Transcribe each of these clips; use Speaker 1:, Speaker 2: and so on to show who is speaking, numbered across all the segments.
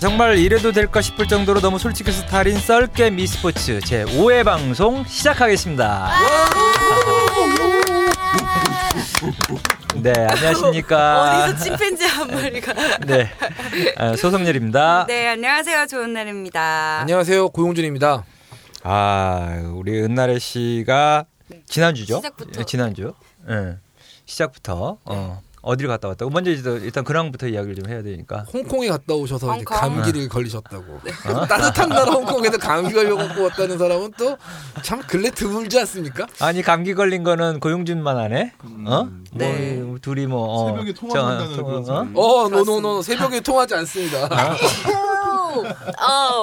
Speaker 1: 정말 이래도 될까 싶을 정도로 너무 솔직해서 탈인 썰게 미스포츠 제 5회 방송 시작하겠습니다. 네 안녕하십니까.
Speaker 2: 어디서 침팬지 한 마리가.
Speaker 1: 네 아, 소성렬입니다.
Speaker 2: 네, 안녕하세요. 좋은 날입니다.
Speaker 3: 안녕하세요 고용준입니다.
Speaker 1: 아 우리 은나래 씨가 지난주죠?
Speaker 2: 시작부터.
Speaker 1: 예, 지난주. 예. 시작부터 어. 어디를 갔다 왔다고 먼저 이제 일단 근황부터 이야기를 좀 해야 되니까
Speaker 3: 홍콩에 갔다 오셔서 이제
Speaker 2: 홍콩.
Speaker 1: 네.
Speaker 3: 감기를 걸리셨다고. 따뜻한 나라 홍콩에서 감기 걸려갖고 왔다는 사람은 또 참 근래 드물지 않습니까?
Speaker 1: 아니 감기 걸린 거는 고용준만 하네 어?
Speaker 2: 네.
Speaker 1: 뭐, 둘이 뭐 어,
Speaker 4: 음, 새벽에
Speaker 1: 저,
Speaker 4: 통화한다는
Speaker 1: 저,
Speaker 4: 그런
Speaker 1: 어?
Speaker 4: 소리.
Speaker 3: 어, 노노노 새벽에 통하지 않습니다.
Speaker 2: 아,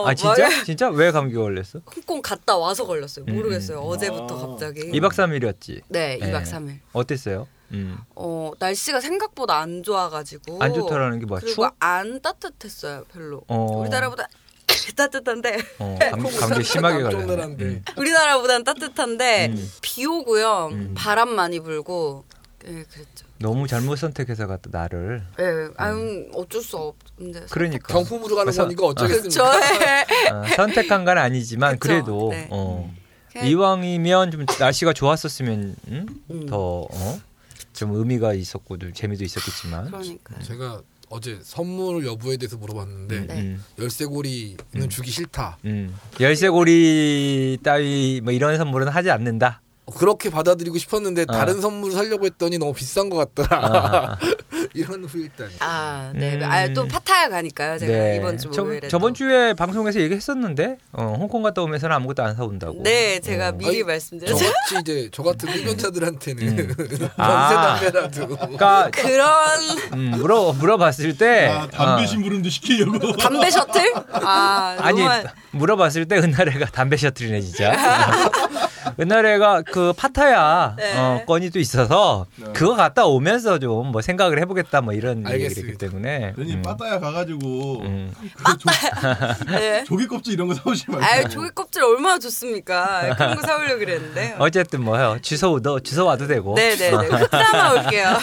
Speaker 1: 아 진짜? 진짜? 왜 감기 걸렸어?
Speaker 2: 홍콩 갔다 와서 걸렸어요. 모르겠어요. 어제부터 갑자기.
Speaker 1: 2박 3일이었지.
Speaker 2: 네,
Speaker 1: 예.
Speaker 2: 2박 3일.
Speaker 1: 어땠어요? 음.
Speaker 2: 어, 날씨가 생각보다 안 좋아가지고.
Speaker 1: 안 좋다라는 게 뭐야?
Speaker 2: 그리고
Speaker 1: 추워?
Speaker 2: 안 따뜻했어요, 별로.
Speaker 1: 어.
Speaker 2: 우리나라보다 따뜻한데.
Speaker 1: 어, 감, 감기 심하게 걸렸네.
Speaker 3: 데
Speaker 1: 음.
Speaker 2: 우리나라보단 따뜻한데
Speaker 1: 음.
Speaker 2: 비 오고요. 바람 많이 불고. 예, 그랬죠.
Speaker 1: 너무 잘못 선택해서 갔다 나를.
Speaker 2: 예, 아유, 어쩔 수 없는데.
Speaker 1: 음. 그러니까.
Speaker 3: 경품으로 가는
Speaker 1: 그래서-
Speaker 3: 거니까 어쩌겠습니까?
Speaker 2: 저의
Speaker 1: 어, 선택한 건 아니지만 그
Speaker 2: 그쵸,
Speaker 1: 래도
Speaker 2: 네.
Speaker 1: 어.
Speaker 2: 그냥-
Speaker 1: 이왕이면 좀 날씨가 좋았었으면 음?
Speaker 2: 음.
Speaker 1: 더 어? 좀 의미가 있었고 좀 재미도 있었겠지만.
Speaker 2: 그러니까.
Speaker 3: 제가 어제 선물 여부에 대해서 물어봤는데
Speaker 2: 네.
Speaker 1: 그렇죠. 음.
Speaker 3: 열쇠고리는 주기 싫다.
Speaker 1: 음. 열쇠고리 따위 뭐 이런 선물은 하지 않는다.
Speaker 3: 어, 그렇게 받아들이고 싶었는데
Speaker 1: 아.
Speaker 3: 다른 선물을 사려고 했더니 너무 비싼 것 같더라. 이런 후일담.
Speaker 2: 아, 네.
Speaker 1: 음.
Speaker 2: 아, 또 파타야 가니까요. 제가 이번 주
Speaker 1: 네. 저-
Speaker 2: 목요일에.
Speaker 1: 저번
Speaker 2: 또.
Speaker 1: 주에 방송에서 얘기했었는데 어, 홍콩 갔다 오면서는 아무것도 안 사온다고.
Speaker 2: 네,
Speaker 1: 어.
Speaker 2: 제가 미리
Speaker 3: 아니,
Speaker 2: 말씀드렸죠.
Speaker 3: 저같이 이제 저 같은
Speaker 1: 음.
Speaker 3: 흡연자들한테는 전세
Speaker 1: 아.
Speaker 3: 담배라도
Speaker 1: 그러니까
Speaker 2: 그런
Speaker 1: 음, 물어 물어봤을 때
Speaker 4: 아, 담배
Speaker 1: 어,
Speaker 4: 심부름도
Speaker 1: 음.
Speaker 4: 시키려고.
Speaker 2: 담배 셔틀? 아,
Speaker 1: 아니
Speaker 2: 정말
Speaker 1: 물어봤을 때 은나래가 담배 셔틀이네 진짜. 은나래가 그 파타야
Speaker 2: 네.
Speaker 1: 어, 건이 또 있어서
Speaker 4: 네.
Speaker 1: 그거 갔다 오면서 좀 뭐 생각을 해보겠다 뭐 이런 얘기를 했기
Speaker 3: 알겠습니다.
Speaker 1: 때문에.
Speaker 4: 괜히
Speaker 1: 음,
Speaker 4: 빠따야 가가지고
Speaker 1: 음.
Speaker 4: 그 조,
Speaker 2: 네.
Speaker 4: 조기 껍질 이런 거 사오지 말고.
Speaker 2: 아유, 조개 껍질 얼마나 좋습니까? 그런 거 사오려고 그랬는데.
Speaker 1: 어쨌든 뭐요 주소 너 주소 와도 되고 어,
Speaker 2: 네, 네, 네. 흩담아 올게요.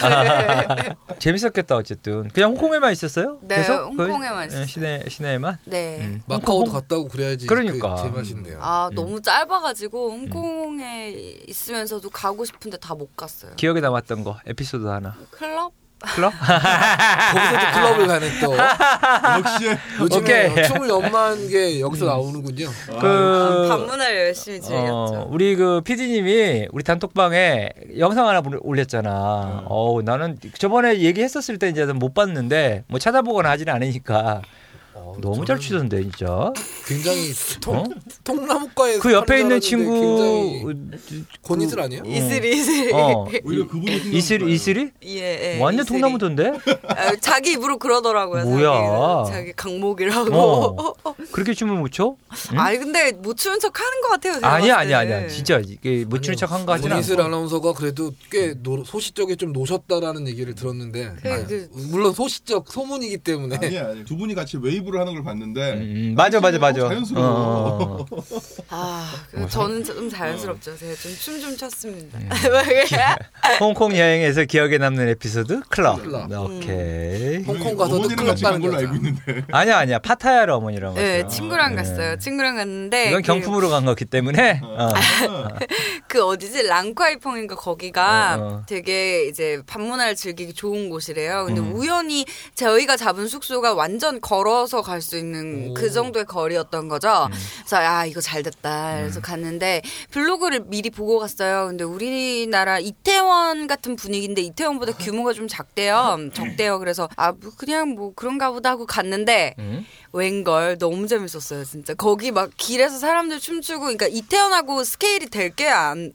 Speaker 1: 재밌었겠다 어쨌든 그냥 홍콩에만 있었어요?
Speaker 2: 네,
Speaker 1: 계속? 그,
Speaker 2: 홍콩에만 있었어요.
Speaker 1: 시내 시내에만.
Speaker 2: 네.
Speaker 1: 음.
Speaker 3: 마카오도 갔다 오고 그래야지
Speaker 1: 그러니까.
Speaker 3: 그 제맛인데요.
Speaker 2: 아, 너무 짧아 가지고 홍콩에
Speaker 1: 음.
Speaker 2: 있으면서도 가고 싶은데 다 못 갔어요.
Speaker 1: 기억에 남았던 거 에피소드 하나.
Speaker 2: 클럽?
Speaker 1: 클럽?
Speaker 3: 거기서 또 클럽을 가는 또
Speaker 4: 역시
Speaker 3: 요즘에 뭐
Speaker 1: 오케이. 음.
Speaker 3: 춤을 연마한 게 여기서 나오는군요.
Speaker 1: 그
Speaker 2: 반문을 아, 열심히
Speaker 1: 어,
Speaker 2: 즐겼죠.
Speaker 1: 우리 그 PD님이 우리 단톡방에 영상 하나 보- 올렸잖아. 어우 나는 저번에 얘기했었을 때 이제 못 봤는데 뭐 찾아보거나 하지는 않으니까 어,
Speaker 3: 어,
Speaker 1: 너무 잘 추던데 진짜.
Speaker 3: 굉장히 통
Speaker 1: 어?
Speaker 3: 통나무과에
Speaker 1: 그 옆에 있는
Speaker 3: 굉장히
Speaker 1: 친구 그
Speaker 3: 권이슬 아니에요?
Speaker 2: 이슬이 이슬이.
Speaker 1: 어
Speaker 4: 오히려 그분이 생각나요.
Speaker 1: 이슬 이슬이
Speaker 2: 예, 예.
Speaker 1: 완전
Speaker 2: 이슬이.
Speaker 1: 통나무던데.
Speaker 2: 아, 자기 입으로 그러더라고요.
Speaker 1: 뭐야.
Speaker 2: 자기, 자기 강목이라고.
Speaker 1: 어 그렇게 춤을 못 춰? 응?
Speaker 2: 아니 근데 못 추는 척 하는 것 같아요. 제가
Speaker 1: 아니야
Speaker 2: 봤을
Speaker 1: 아니야
Speaker 2: 때는.
Speaker 1: 아니야 진짜 이게 못 추는 척한 뭐. 거 같진 않아.
Speaker 3: 권이슬 아나운서가 그래도 꽤 노- 소시적에 좀 노셨다라는 얘기를 들었는데
Speaker 2: 그-
Speaker 3: 아,
Speaker 2: 그-
Speaker 3: 물론 소시적 소문이기 때문에
Speaker 4: 아니야, 아니야. 두 분이 같이 웨이브를 하는 걸 봤는데
Speaker 1: 음, 맞아 맞아 맞아.
Speaker 4: 자연스러워.
Speaker 1: 어.
Speaker 2: 아, 그 저는 좀 자연스럽죠. 제가 좀 춤 좀 췄습니다.
Speaker 1: 네. 홍콩 여행에서 기억에 남는 에피소드 클럽. 음.
Speaker 3: 클럽.
Speaker 1: 오케이.
Speaker 3: 홍콩 가서도
Speaker 4: 어머니랑
Speaker 3: 클럽
Speaker 4: 같이 간
Speaker 3: 가는
Speaker 4: 걸로
Speaker 3: 여자.
Speaker 4: 알고 있는데
Speaker 1: 아니야 아니야 파타야로 어머니랑 갔어요.
Speaker 2: 네, 그
Speaker 1: 네.
Speaker 2: 친구랑 갔어요. 친구랑 갔는데
Speaker 1: 이건 경품으로 간 거기 때문에
Speaker 2: 아,
Speaker 1: 어.
Speaker 2: 그, 그 어디지 랑콰이펑인가 거기가
Speaker 1: 어, 어.
Speaker 2: 되게 이제 밤문화를 즐기기 좋은 곳이래요. 근데
Speaker 1: 음.
Speaker 2: 우연히 저희가 잡은 숙소가 완전 걸어서 갈 수 있는
Speaker 3: 오.
Speaker 2: 그 정도의 거리였던 거죠.
Speaker 1: 음.
Speaker 2: 그래서 아 이거 잘 됐다. 그래서 갔는데 블로그를 미리 보고 갔어요. 근데 우리나라 이태원 같은 분위기인데 이태원보다 규모가 좀 작대요.
Speaker 1: 음.
Speaker 2: 적대요. 그래서 아뭐 그냥 뭐 그런가 보다 하고 갔는데
Speaker 1: 음.
Speaker 2: 웬걸 너무 재밌었어요 진짜 거기 막 길에서 사람들 춤추고 그러니까 이태원하고 스케일이 될 게 안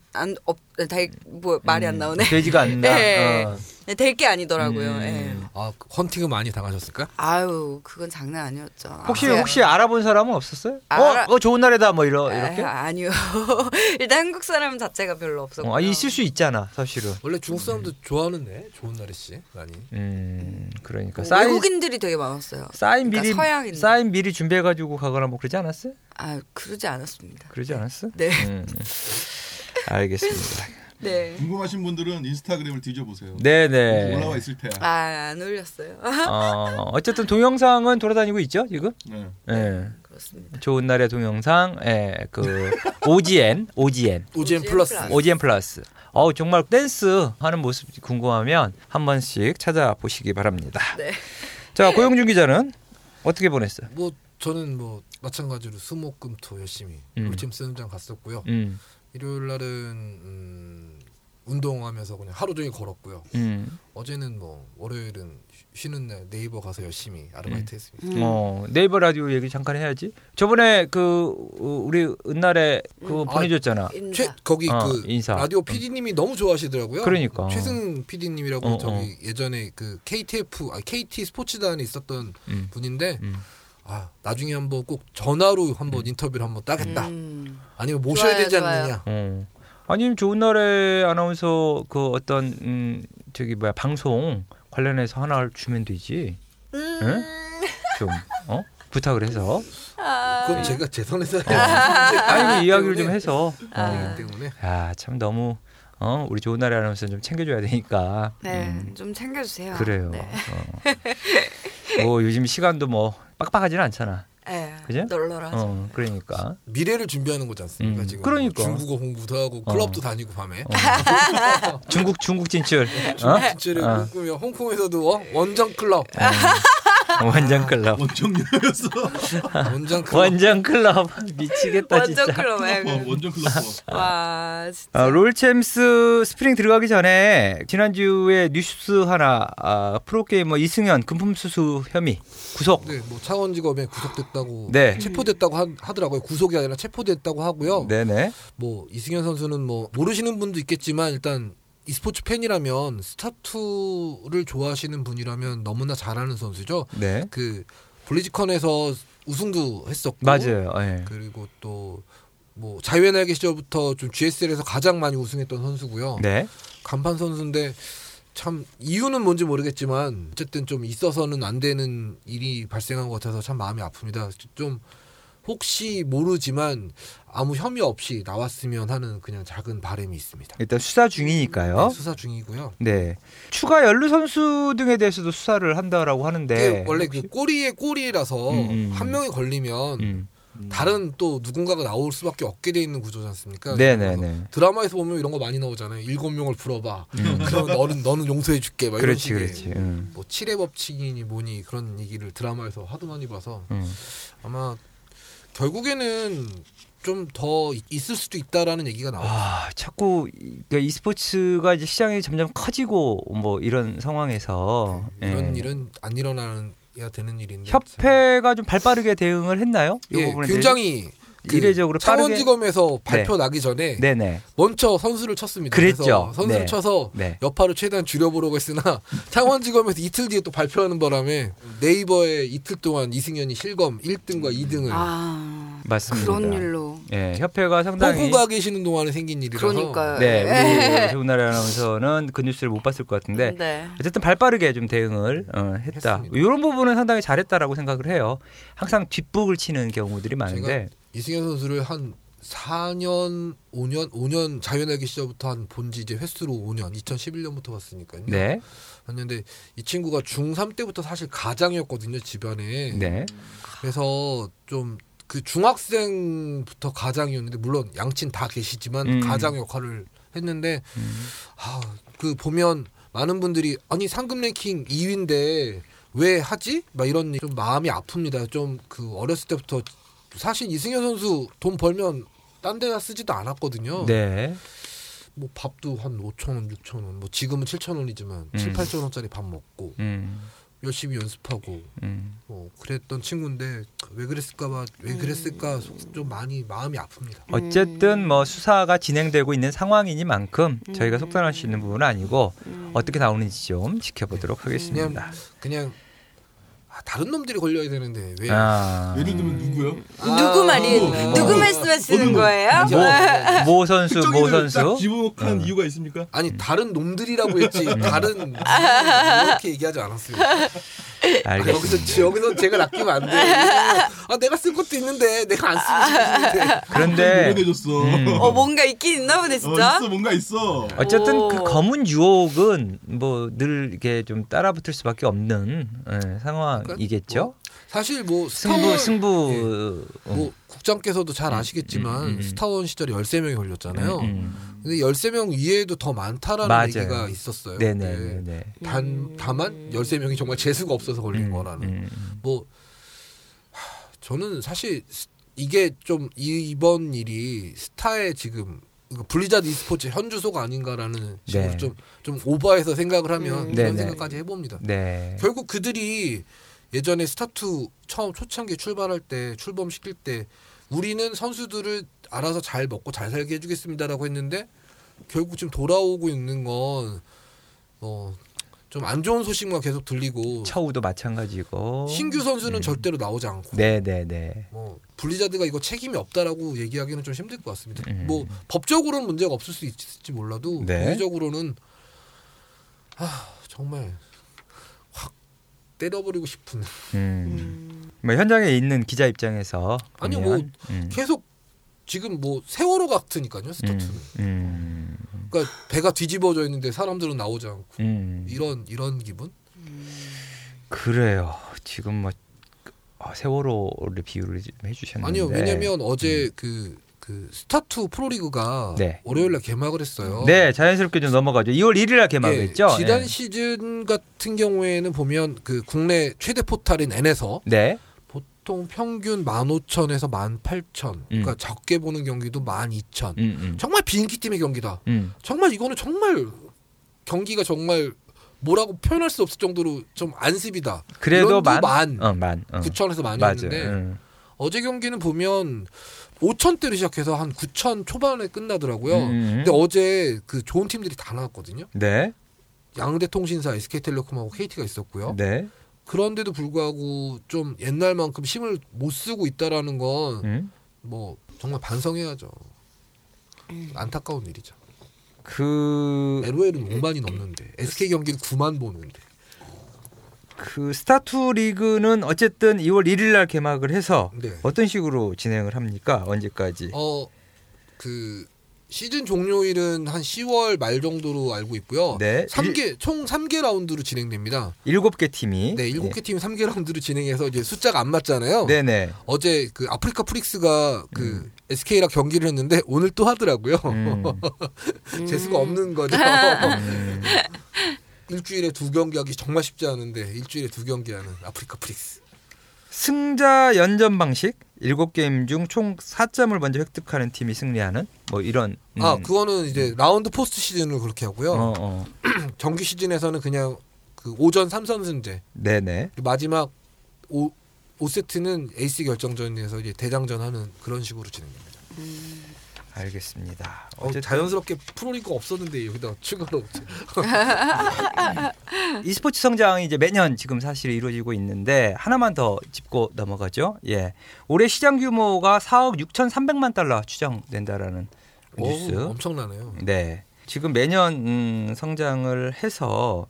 Speaker 2: 안없뭐 말이 안 나오네
Speaker 1: 음. 돼지가 안 나.
Speaker 2: 네.
Speaker 1: 어.
Speaker 2: 될 게 아니더라고요
Speaker 1: 음.
Speaker 2: 예.
Speaker 3: 아 헌팅은 많이 당하셨을까?
Speaker 2: 아유 그건 장난 아니었죠
Speaker 1: 혹시
Speaker 2: 아,
Speaker 1: 혹시 알아본 사람은 없었어요?
Speaker 2: 알아-
Speaker 1: 어, 어 좋은 날이다 뭐 이러 이렇게.
Speaker 2: 아, 아니요 일단 한국 사람 자체가 별로 없었고
Speaker 1: 어, 아, 있을 수 있잖아 사실은.
Speaker 3: 원래 중국 사람도 좋아하는데 좋은 날이 씨 많이.
Speaker 1: 음 그러니까 사인
Speaker 2: 뭐 외국인들이 되게 많았어요
Speaker 1: 사인
Speaker 2: 그러니까
Speaker 1: 미리
Speaker 2: 서양인들.
Speaker 1: 사인 미리 준비해 가지고 가거나 뭐 그러지 않았어요?
Speaker 2: 아 그러지 않았습니다
Speaker 1: 그러지 않았어?
Speaker 2: 네
Speaker 1: 음. 알겠습니다.
Speaker 2: 네.
Speaker 4: 궁금하신 분들은 인스타그램을 뒤져보세요.
Speaker 1: 네네.
Speaker 4: 올라와 있을 테야.
Speaker 2: 아, 안 올렸어요.
Speaker 1: 어, 어쨌든 동영상은 돌아다니고 있죠 지금.
Speaker 4: 네.
Speaker 1: 예.
Speaker 2: 그렇습니다.
Speaker 1: 좋은 날의 동영상, 예, 그 OGN, OGN,
Speaker 3: 오지엔 플러스.
Speaker 2: 플러스.
Speaker 1: OGN 플러스. 어우 정말 댄스 하는 모습 궁금하면 한 번씩 찾아보시기 바랍니다.
Speaker 2: 네.
Speaker 1: 자 고영준 기자는 어떻게 보냈어요?
Speaker 3: 뭐 저는 뭐 마찬가지로 수목금토 열심히
Speaker 1: 음.
Speaker 3: 울팀 수영장 갔었고요.
Speaker 1: 음,
Speaker 3: 일요일 날은 음, 운동하면서 그냥 하루 종일 걸었고요.
Speaker 1: 음,
Speaker 3: 어제는 뭐 월요일은 쉬- 쉬는 날 네이버 가서 열심히 아르바이트 했습니다.
Speaker 2: 음.
Speaker 1: 어 네이버 라디오 얘기 잠깐 해야지. 저번에 그 어, 우리 은날에 그
Speaker 2: 음.
Speaker 1: 보내줬잖아.
Speaker 2: 인사.
Speaker 3: 최, 거기
Speaker 1: 아,
Speaker 3: 그
Speaker 1: 인사.
Speaker 3: 라디오 PD님이 너무 좋아하시더라고요.
Speaker 1: 그러니까.
Speaker 3: 최승 PD님이라고
Speaker 1: 어,
Speaker 3: 저기 예전에 그 KTF 아 KT 스포츠단에 있었던
Speaker 1: 음,
Speaker 3: 분인데
Speaker 1: 음.
Speaker 3: 아 나중에 한번 꼭 전화로 한번 인터뷰를 한번 따겠다.
Speaker 2: 음.
Speaker 3: 아니면 모셔야
Speaker 2: 좋아요,
Speaker 3: 되지
Speaker 2: 좋아요.
Speaker 3: 않느냐.
Speaker 1: 어. 아니면 좋은 날에 아나운서 그 어떤 음 저기 뭐야 방송 관련해서 하나 주면 되지
Speaker 2: 음.
Speaker 1: 좀어 부탁을 해서
Speaker 2: 아.
Speaker 3: 그건 제가 제 손에서
Speaker 1: 네. 아니 뭐 이야기를 좀 해서
Speaker 2: 네,
Speaker 1: 네.
Speaker 2: 아.
Speaker 3: 때문에
Speaker 1: 아참 너무 어 우리 좋은 날에 아나운서 좀 챙겨줘야 되니까
Speaker 2: 네,
Speaker 1: 음,
Speaker 2: 좀 챙겨주세요.
Speaker 1: 그래요
Speaker 2: 네.
Speaker 1: 어. 뭐 요즘 시간도 뭐 빡빡하진 않잖아
Speaker 2: 네.
Speaker 1: 그죠?
Speaker 2: 널널하죠.
Speaker 1: 어 그러니까
Speaker 3: 미래를 준비하는 거지 않습니까
Speaker 1: 음,
Speaker 3: 지금
Speaker 1: 그러니까.
Speaker 3: 뭐 중국어 공부도 하고
Speaker 1: 어.
Speaker 3: 클럽도 다니고 밤에
Speaker 1: 중국 중국 진출 어?
Speaker 2: 네.
Speaker 3: 진짜를
Speaker 1: 어.
Speaker 3: 꿈꾸며 홍콩에서도 어? 원정 클럽
Speaker 1: 원정 클럽
Speaker 4: 원정 클럽이었어.
Speaker 3: 원정 클럽
Speaker 1: 아. 원정 클럽 미치겠다
Speaker 2: 완전
Speaker 1: 진짜
Speaker 2: 클럽. 네.
Speaker 4: 원정 클럽.
Speaker 2: 와, 진짜.
Speaker 1: 아, 롤챔스 스프링 들어가기 전에 지난주에 뉴스 하나 아, 프로게이머 이승현 금품수수 혐의 구속
Speaker 3: 네, 뭐 차원지검에 구속됐다고
Speaker 1: 네.
Speaker 3: 체포됐다고 하, 하더라고요 구속이 아니라 체포됐다고 하고요
Speaker 1: 네네
Speaker 3: 뭐 이승현 선수는 뭐 모르시는 분도 있겠지만 일단 e스포츠 팬이라면 스타투를 좋아하시는 분이라면 너무나 잘하는 선수죠
Speaker 1: 네
Speaker 3: 그 블리즈컨에서 우승도 했었고
Speaker 1: 맞아요 예.
Speaker 3: 그리고 또 뭐 자유의 날개 시절부터 좀 GSL에서 가장 많이 우승했던 선수고요.
Speaker 1: 네
Speaker 3: 간판 선수인데 참 이유는 뭔지 모르겠지만 어쨌든 좀 있어서는 안 되는 일이 발생한 것 같아서 참 마음이 아픕니다. 좀 혹시 모르지만 아무 혐의 없이 나왔으면 하는 그냥 작은 바람이 있습니다. 네,
Speaker 1: 일단 수사 중이니까요
Speaker 3: 수사 중이고요.
Speaker 1: 네 추가 연루 선수 등에 대해서도 수사를 한다라고
Speaker 3: 이게
Speaker 1: 하는데 네.
Speaker 3: 원래
Speaker 1: 혹시-
Speaker 3: 그 꼬리에 꼬리라서
Speaker 1: 음, 음,
Speaker 3: 한
Speaker 1: 음.
Speaker 3: 명이 걸리면
Speaker 1: 음.
Speaker 3: 다른 또 누군가가 나올 수밖에 없게 돼 있는 구조지 않습니까? 그래서
Speaker 1: 네네네
Speaker 3: 드라마에서 보면 이런 거 많이 나오잖아요. 일곱 명을 불어봐.
Speaker 1: 음.
Speaker 3: 그럼 너는 너는 용서해줄게. 막뭐 이런
Speaker 1: 그렇지
Speaker 3: 식의
Speaker 1: 그렇지 음.
Speaker 3: 뭐 칠해 법칙이니 뭐니 그런 얘기를 드라마에서 하도 많이 봐서
Speaker 1: 음.
Speaker 3: 아마 결국에는 좀 더 있을 수도 있다라는 얘기가 나와요.
Speaker 1: 아, 자꾸 이- 그러니까 e스포츠가 이제 시장이 점점 커지고 뭐 이런 상황에서
Speaker 3: 네, 이런
Speaker 1: 예.
Speaker 3: 일은 안 일어나야 되는 일인데
Speaker 1: 협회가 좀 발빠르게 대응을 했나요? 이
Speaker 3: 예,
Speaker 1: 부분에
Speaker 3: 굉장히 그
Speaker 1: 이례적으로 빠르게 네.
Speaker 3: 창원지검에서 발표 나기 전에
Speaker 1: 네네
Speaker 3: 먼저 선수를 쳤습니다.
Speaker 1: 그랬죠.
Speaker 3: 그래서 선수를
Speaker 1: 네.
Speaker 3: 쳐서
Speaker 1: 네.
Speaker 3: 여파를 최대한 줄여보려고 했으나 창원지검에서 이틀 뒤에 또 발표하는 바람에 네이버에 이틀 동안 이승현이 실검 1등과 2등을
Speaker 2: 아,
Speaker 1: 맞습니다.
Speaker 2: 그런 일로.
Speaker 1: 예, 협회가 상당히
Speaker 3: 홍콩가 계시는 동안에 생긴 일이라서
Speaker 2: 그러니까요.
Speaker 1: 네, 우리 좋은나라 아나운서는 그 뉴스를 못 봤을 것 같은데
Speaker 2: 네.
Speaker 1: 어쨌든 발빠르게 좀 대응을 어, 했다.
Speaker 3: 했습니다.
Speaker 1: 이런 부분은 상당히 잘했다라고 생각을 해요. 항상 뒷북을 치는 경우들이 많은데
Speaker 3: 이승현 선수를 한 4년, 5년, 5년 자유나기 시절부터 한 본지 이제 횟수로 5년, 2011년부터 봤으니까요.
Speaker 1: 네,
Speaker 3: 그런데 이 친구가 중3 때부터 사실 가장이었거든요 집안에.
Speaker 1: 네,
Speaker 3: 그래서 좀 그 중학생부터 가장이었는데 물론 양친 다 계시지만
Speaker 1: 음.
Speaker 3: 가장 역할을 했는데
Speaker 1: 음.
Speaker 3: 아 그 보면 많은 분들이 아니 상금 랭킹 2위인데 왜 하지? 막 이런 좀 마음이 아픕니다. 좀 그 어렸을 때부터 사실 이승현 선수 돈 벌면 딴 데다 쓰지도 않았거든요.
Speaker 1: 네.
Speaker 3: 뭐 밥도 한 5천 원, 6천 원, 뭐 지금은 7천 원이지만 칠
Speaker 1: 음.
Speaker 3: 7, 8천 원짜리 밥 먹고
Speaker 1: 음,
Speaker 3: 열심히 연습하고
Speaker 1: 음.
Speaker 3: 뭐 그랬던 친구인데 왜 그랬을까봐 왜 그랬을까 속- 좀 많이 마음이 아픕니다.
Speaker 1: 어쨌든 뭐 수사가 진행되고 있는 상황이니만큼 저희가
Speaker 2: 음.
Speaker 1: 속단할 수 있는 부분은 아니고
Speaker 2: 음.
Speaker 1: 어떻게 나오는지 좀 지켜보도록 하겠습니다.
Speaker 3: 그냥 아, 다른 놈들이 걸려야 되는데 왜?
Speaker 1: 아.
Speaker 4: 예를 들면 누구요?
Speaker 2: 누구 말이
Speaker 4: 어.
Speaker 2: 누구 말씀하시는
Speaker 4: 어느 분?
Speaker 2: 거예요?
Speaker 1: 뭐, 모 선수, 모
Speaker 4: 특정인을
Speaker 1: 선수. 음.
Speaker 4: 딱 지목한 이유가 있습니까?
Speaker 3: 아니 다른 놈들이라고 했지 다른 이렇게 얘기하지 않았어요.
Speaker 1: 알겠습니다.
Speaker 3: 여기서 여기서 제가 낚이면 안 돼. 아 내가 쓴 것도 있는데 내가 안 쓰는 데
Speaker 1: 그런데
Speaker 4: 아,
Speaker 1: 음.
Speaker 4: 노력해줬어.
Speaker 2: 어 뭔가 있긴 있나 보네
Speaker 4: 어,
Speaker 2: 진짜.
Speaker 4: 있어 뭔가 있어.
Speaker 1: 어쨌든
Speaker 2: 오.
Speaker 1: 그 검은 유혹은 뭐 늘 이렇게 좀 따라붙을 수밖에 없는 예, 상황이겠죠.
Speaker 3: 사실 뭐
Speaker 1: 승부
Speaker 3: 스타원
Speaker 1: 승부 어,
Speaker 3: 뭐 국장께서도 잘
Speaker 1: 음,
Speaker 3: 아시겠지만
Speaker 1: 음, 음.
Speaker 3: 스타원 시절에 13명이 걸렸잖아요.
Speaker 1: 음,
Speaker 3: 근데 13명 이외에도 더 많다라는
Speaker 1: 맞아요.
Speaker 3: 얘기가 있었어요.
Speaker 1: 네네
Speaker 3: 네.
Speaker 1: 네네.
Speaker 3: 단 다만 13명이 정말 재수가 없어서 걸린 거라는.
Speaker 1: 음,
Speaker 3: 뭐 하, 저는 사실 스- 이게 좀 이- 이번 일이 스타의 지금 그러니까 블리자드 e스포츠 현주소가 아닌가라는 식으로
Speaker 1: 네.
Speaker 3: 좀, 좀 오버해서 생각을 하면
Speaker 2: 음.
Speaker 3: 그런
Speaker 1: 네네.
Speaker 3: 생각까지 해봅니다.
Speaker 1: 네.
Speaker 3: 결국 그들이 예전에 스타투 처음 초창기 출발할 때 출범시킬 때 우리는 선수들을 알아서 잘 먹고 잘 살게 해주겠습니다라고 했는데 결국 지금 돌아오고 있는 건어좀 안 좋은 소식만 계속 들리고
Speaker 1: 처우도 마찬가지고.
Speaker 3: 신규 선수는 절대로 나오지 않고
Speaker 1: 네. 네네네.
Speaker 3: 뭐 블리자드가 이거 책임이 없다라고 얘기하기는 좀 힘들 것 같습니다.
Speaker 1: 음.
Speaker 3: 뭐 법적으로는 문제가 없을 수 있을지 몰라도
Speaker 1: 네.
Speaker 3: 물리적으로는 아 정말 확 때려버리고 싶은
Speaker 1: 음. 뭐 현장에 있는 기자 입장에서
Speaker 3: 아니,
Speaker 1: 보면,
Speaker 3: 뭐,
Speaker 1: 음,
Speaker 3: 계속 지금 뭐 세월호 같으니까요 스타트는
Speaker 1: 음, 음,
Speaker 3: 그러니까 배가 뒤집어져 있는데 사람들은 나오지 않고
Speaker 1: 음.
Speaker 3: 이런 이런 기분
Speaker 1: 그래요. 지금 뭐 아, 세월호를 비유를 좀 해주셨는데 음.
Speaker 3: 아니요 왜냐면 어제 그, 그 스타투 프로리그가
Speaker 1: 네.
Speaker 3: 월요일날 개막을 했어요
Speaker 1: 네 자연스럽게 좀 넘어가죠. 2월 1일날 개막했죠.
Speaker 3: 예, 지난
Speaker 1: 예.
Speaker 3: 시즌 같은 경우에는 보면 그 국내 최대 포탈인 N에서
Speaker 1: 네.
Speaker 3: 보통 평균 15,000에서 18,000 그러니까 적게 보는 경기도 12,000
Speaker 1: 음, 음.
Speaker 3: 정말 비인기 팀의 경기다
Speaker 1: 음.
Speaker 3: 정말 이거는 정말 경기가 정말 뭐라고 표현할 수 없을 정도로 좀 안습이다
Speaker 1: 그래도
Speaker 3: 런도
Speaker 1: 만,
Speaker 3: 만.
Speaker 1: 어, 만. 어.
Speaker 3: 9,000에서
Speaker 1: 맞아.
Speaker 3: 많이었는데
Speaker 1: 음.
Speaker 3: 어제 경기는 보면 5,000대로 시작해서 한 9,000 초반에 끝나더라고요
Speaker 1: 음, 음.
Speaker 3: 근데 어제 그 좋은 팀들이 다 나왔거든요
Speaker 1: 네.
Speaker 3: 양대통신사 SK텔레콤하고 KT가 있었고요
Speaker 1: 네.
Speaker 3: 그런데도 불구하고 좀 옛날만큼 힘을 못 쓰고 있다라는 건 뭐
Speaker 1: 음.
Speaker 3: 정말 반성해야죠. 안타까운 일이죠.
Speaker 1: 그
Speaker 3: LOL은 5만이 넘는데 SK 경기는 9만 보는데
Speaker 1: 그 스타투 리그는 어쨌든 2월 1일 날 개막을 해서
Speaker 3: 네. 어.
Speaker 1: 어떤 식으로 진행을 합니까? 언제까지?
Speaker 3: 어그 시즌 종료일은 한 10월 말 정도로 알고 있고요.
Speaker 1: 네.
Speaker 3: 3개 총 3개 라운드로 진행됩니다.
Speaker 1: 일곱 개 팀이
Speaker 3: 네, 7개 팀이 3개 라운드로 진행해서 이제 숫자가 안 맞잖아요.
Speaker 1: 예? 네, 네.
Speaker 3: 어제 그 아프리카 프릭스가 그 SK랑 경기를 했는데 오늘 또 하더라고요.
Speaker 1: 음.
Speaker 3: 재수가 없는 거죠. 일주일에 두 경기 하기 정말 쉽지 않은데 일주일에 두 경기 하는 아프리카 프릭스.
Speaker 1: 승자 연전 방식 일곱 게임 중 총 4점을 먼저 획득하는 팀이 승리하는 뭐 이런 음.
Speaker 3: 아 그거는 이제 라운드 포스트 시즌으로 그렇게 하고요.
Speaker 1: 어, 어.
Speaker 3: 정규 시즌에서는 그냥 그 오전 삼선승제
Speaker 1: 네, 네.
Speaker 3: 마지막 오 5세트는 에이스 결정전에서 이제 대장전 하는 그런 식으로 진행됩니다.
Speaker 1: 알겠습니다.
Speaker 3: 어,
Speaker 1: 어쨌든
Speaker 3: 자연스럽게 프로리그 없었는데 여기다 추가로
Speaker 1: e스포츠 성장이 이제 매년 지금 사실 이루어지고 있는데 하나만 더 짚고 넘어가죠. 예. 올해 시장 규모가 4억 6,300만 달러 추정된다라는 뉴스.
Speaker 3: 오, 엄청나네요.
Speaker 1: 네. 지금 매년 음, 성장을 해서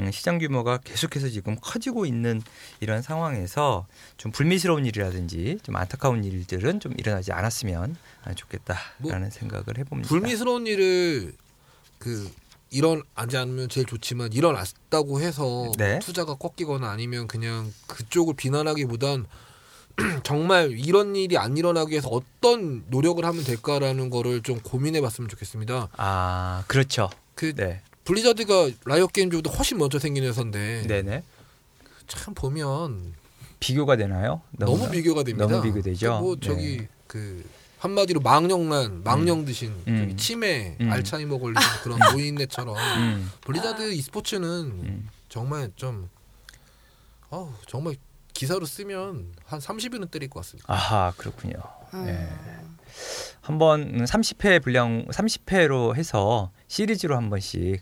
Speaker 1: 음, 시장 규모가 계속해서 지금 커지고 있는 이런 상황에서 좀 불미스러운 일이라든지 좀 안타까운 일들은 좀 일어나지 않았으면 좋겠다라는 생각을 해봅니다.
Speaker 3: 뭐, 그러니까. 불미스러운 일을 그 일어나지 않으면 제일 좋지만 일어났다고 해서
Speaker 1: 네.
Speaker 3: 투자가 꺾이거나 아니면 그냥 그쪽을 비난하기보단 정말 이런 일이 안 일어나기 위해서 어떤 노력을 하면 될까라는 거를 좀 고민해 봤으면 좋겠습니다.
Speaker 1: 아 그렇죠.
Speaker 3: 그
Speaker 1: 네,
Speaker 3: 블리자드가 라이엇 게임즈보다 훨씬 먼저 생긴 회사인데
Speaker 1: 네, 네.
Speaker 3: 참 보면
Speaker 1: 비교가 되나요?
Speaker 3: 너무,
Speaker 1: 너무나?
Speaker 3: 비교가 됩니다.
Speaker 1: 너무 비교되죠. 네.
Speaker 3: 뭐 저기 그 한마디로 망령난 망령 드신
Speaker 1: 음.
Speaker 3: 저기 치매
Speaker 1: 음.
Speaker 3: 알츠하이머 걸린 그런 노인네처럼
Speaker 1: 음,
Speaker 3: 블리자드 e스포츠는
Speaker 1: 음.
Speaker 3: 정말 좀 어우, 정말 기사로 쓰면 한 30일은 때릴 것 같습니다.
Speaker 1: 아하 그렇군요.
Speaker 2: 음.
Speaker 1: 네. 한번 30회 분량 30회로 해서 시리즈로 한 번씩 예,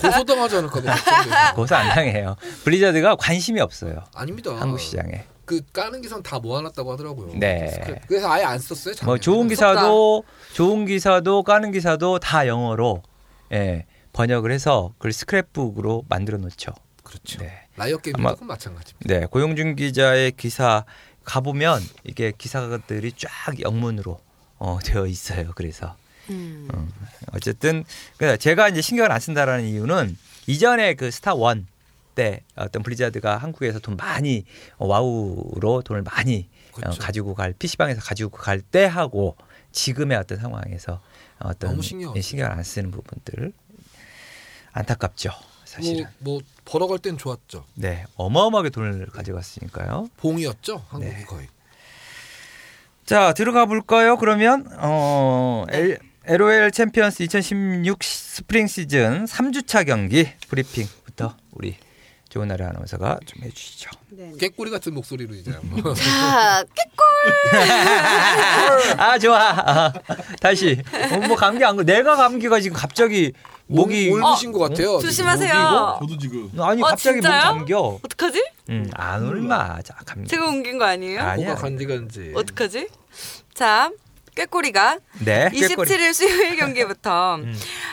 Speaker 3: 고소당하지 않을까 봐 걱정돼요.
Speaker 1: 거기서 안 당해요. 블리자드가 관심이 없어요.
Speaker 3: 아닙니다.
Speaker 1: 한국 시장에.
Speaker 3: 그 까는 기사는 다 모아놨다고 하더라고요.
Speaker 1: 네.
Speaker 3: 스크랩. 그래서 아예 안 썼어요. 작년에.
Speaker 1: 뭐 좋은 기사도 좋은 기사도 까는 기사도 다 영어로 예, 번역을 해서 그걸 스크랩북으로 만들어 놓죠.
Speaker 3: 그렇죠.
Speaker 1: 네.
Speaker 3: 라이엇 게임
Speaker 1: 아마-
Speaker 3: 조금 마찬가지입니다.
Speaker 1: 네, 고용준 기자의 기사 가보면 이게 기사들이 쫙 영문으로 어, 되어 있어요. 그래서
Speaker 2: 음.
Speaker 1: 음, 어쨌든 그 제가 이제 신경을 안 쓴다라는 이유는 이전에 그 스타 원 때 어떤 블리자드가 한국에서 돈 많이 어, 와우로 돈을 많이
Speaker 3: 그렇죠.
Speaker 1: 어, 가지고 갈 PC방에서 가지고 갈 때 하고 지금의 어떤 상황에서 어떤
Speaker 3: 너무 신경
Speaker 1: 예, 신경을 안 쓰는 부분들 안타깝죠 사실은
Speaker 3: 뭐, 뭐 벌어갈 땐 좋았죠.
Speaker 1: 네 어마어마하게 돈을 가져갔으니까요
Speaker 3: 봉이었죠 한국이
Speaker 1: 네.
Speaker 3: 거의.
Speaker 1: 자 들어가 볼까요? 그러면 어 L, LOL 챔피언스 2016 스프링 시즌 3주차 경기 브리핑부터 우리 좋은 날의 아나운서가 좀 해주시죠.
Speaker 3: 깨꼬리 같은 목소리로 이제 한번.
Speaker 2: 자,
Speaker 1: 아 좋아. 아, 다시 어, 뭐 감기 안 걸. 내가 감기가 지금 갑자기 목이 어?
Speaker 3: 올- 올미신 것 같아요.
Speaker 1: 뭐,
Speaker 2: 조심하세요.
Speaker 4: 저도 지금
Speaker 1: 아니
Speaker 2: 어,
Speaker 1: 갑자기
Speaker 2: 진짜요?
Speaker 1: 목이 감겨.
Speaker 2: 어떡하지?
Speaker 1: 음안 얼마. 자 감기.
Speaker 2: 제가 옮긴 거 아니에요?
Speaker 1: 아, 아니야.
Speaker 3: 뭐가 간지간지.
Speaker 2: 어떡하지? 자, 꾀꼬리가
Speaker 1: 네. 꾀꼬리. 음.
Speaker 2: 27일 수요일 경기부터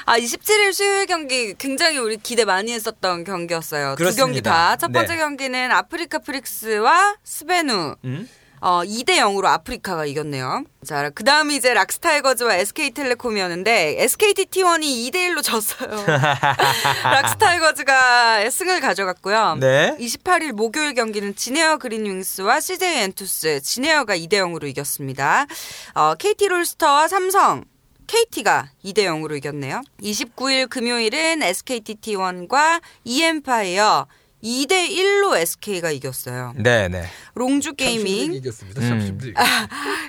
Speaker 2: 아 27일 수요일 경기 굉장히 우리 기대 많이 했었던 경기였어요.
Speaker 1: 그렇습니다.
Speaker 2: 두 경기 다 첫 번째
Speaker 1: 네.
Speaker 2: 경기는 아프리카 프릭스와 스베누
Speaker 1: 음?
Speaker 2: 어, 2대 0으로 아프리카가 이겼네요. 자, 그 다음이 이제 락스타이거즈와 SK텔레콤이었는데 SKT1이 2대 1로 졌어요. 락스타이거즈가 승을 가져갔고요.
Speaker 1: 네.
Speaker 2: 28일 목요일 경기는 진에어 그린윙스와 CJ 엔투스, 진에어가 2대 0으로 이겼습니다. 어, KT 롤스터와 삼성, KT가 2대 0으로 이겼네요. 29일 금요일은 SKT T1과 EM파이어 2대 1로 SK가 이겼어요.
Speaker 1: 네 네.
Speaker 2: 롱주
Speaker 3: 참
Speaker 2: 게이밍
Speaker 3: 이겼습니다.
Speaker 1: 음.
Speaker 3: 참 힘들게.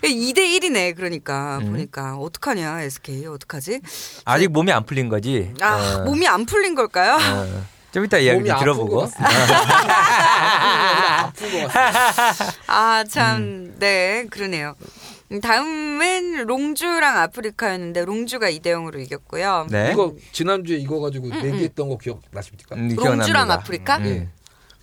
Speaker 2: 2대 1이네 그러니까 보니까 어떡하냐 SK 어떡하지?
Speaker 1: 아직 몸이 안 풀린 거지.
Speaker 2: 아
Speaker 1: 어,
Speaker 2: 몸이 안 풀린 걸까요?
Speaker 1: 어. 좀 이따 이야기
Speaker 3: 몸이
Speaker 1: 좀
Speaker 3: 아픈
Speaker 1: 들어보고.
Speaker 3: 것 같습니다. 아픈 것 같아요.
Speaker 2: 아 참
Speaker 1: 음.
Speaker 2: 네 그러네요. 음, 다음은 롱주랑 아프리카였는데 롱주가 2대 0으로 이겼고요.
Speaker 1: 네.
Speaker 3: 이거 지난주에 이거 가지고
Speaker 2: 음,
Speaker 3: 내기했던 거 기억나십니까?
Speaker 1: 음,
Speaker 2: 롱주랑
Speaker 1: 기억납니다.
Speaker 2: 아프리카?
Speaker 1: 음.
Speaker 3: 예.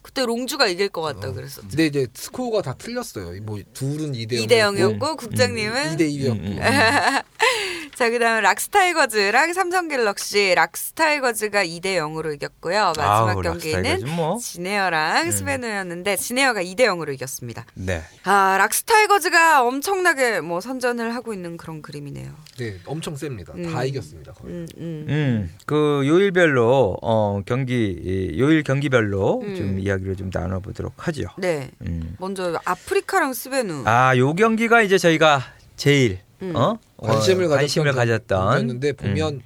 Speaker 2: 그때 롱주가 이길 것 같다 그랬어.
Speaker 3: 근데 이제 스코어가 다 틀렸어요. 뭐 둘은 2대 음,
Speaker 2: 2대 0이었고
Speaker 1: 음,
Speaker 2: 국장님은
Speaker 3: 2대 2였고. 음.
Speaker 2: 자 그다음 락스타이거즈랑 삼성갤럭시 락스타이거즈가 2대 0으로 이겼고요. 마지막
Speaker 1: 아우,
Speaker 2: 경기는
Speaker 1: 락스타이거즈 뭐.
Speaker 2: 지네어랑 스베누였는데 지네어가 2대 0으로 이겼습니다.
Speaker 1: 네.
Speaker 2: 아 락스타이거즈가 엄청나게 뭐 선전을 하고 있는 그런 그림이네요.
Speaker 3: 네, 엄청 셉니다.
Speaker 2: 음.
Speaker 3: 다 이겼습니다. 거의.
Speaker 2: 음, 음.
Speaker 1: 음. 그 요일별로 어 경기 이 요일 경기별로
Speaker 2: 음.
Speaker 1: 좀 이야기를 좀 나눠 보도록 하죠.
Speaker 2: 네.
Speaker 1: 음.
Speaker 2: 먼저 아프리카랑 스베누.
Speaker 1: 아, 요 경기가 이제 저희가 제일
Speaker 2: 음.
Speaker 1: 어?
Speaker 3: 관심을
Speaker 1: 어,
Speaker 3: 가졌던
Speaker 1: 관심을 가졌던 음.
Speaker 3: 경기였는데 보면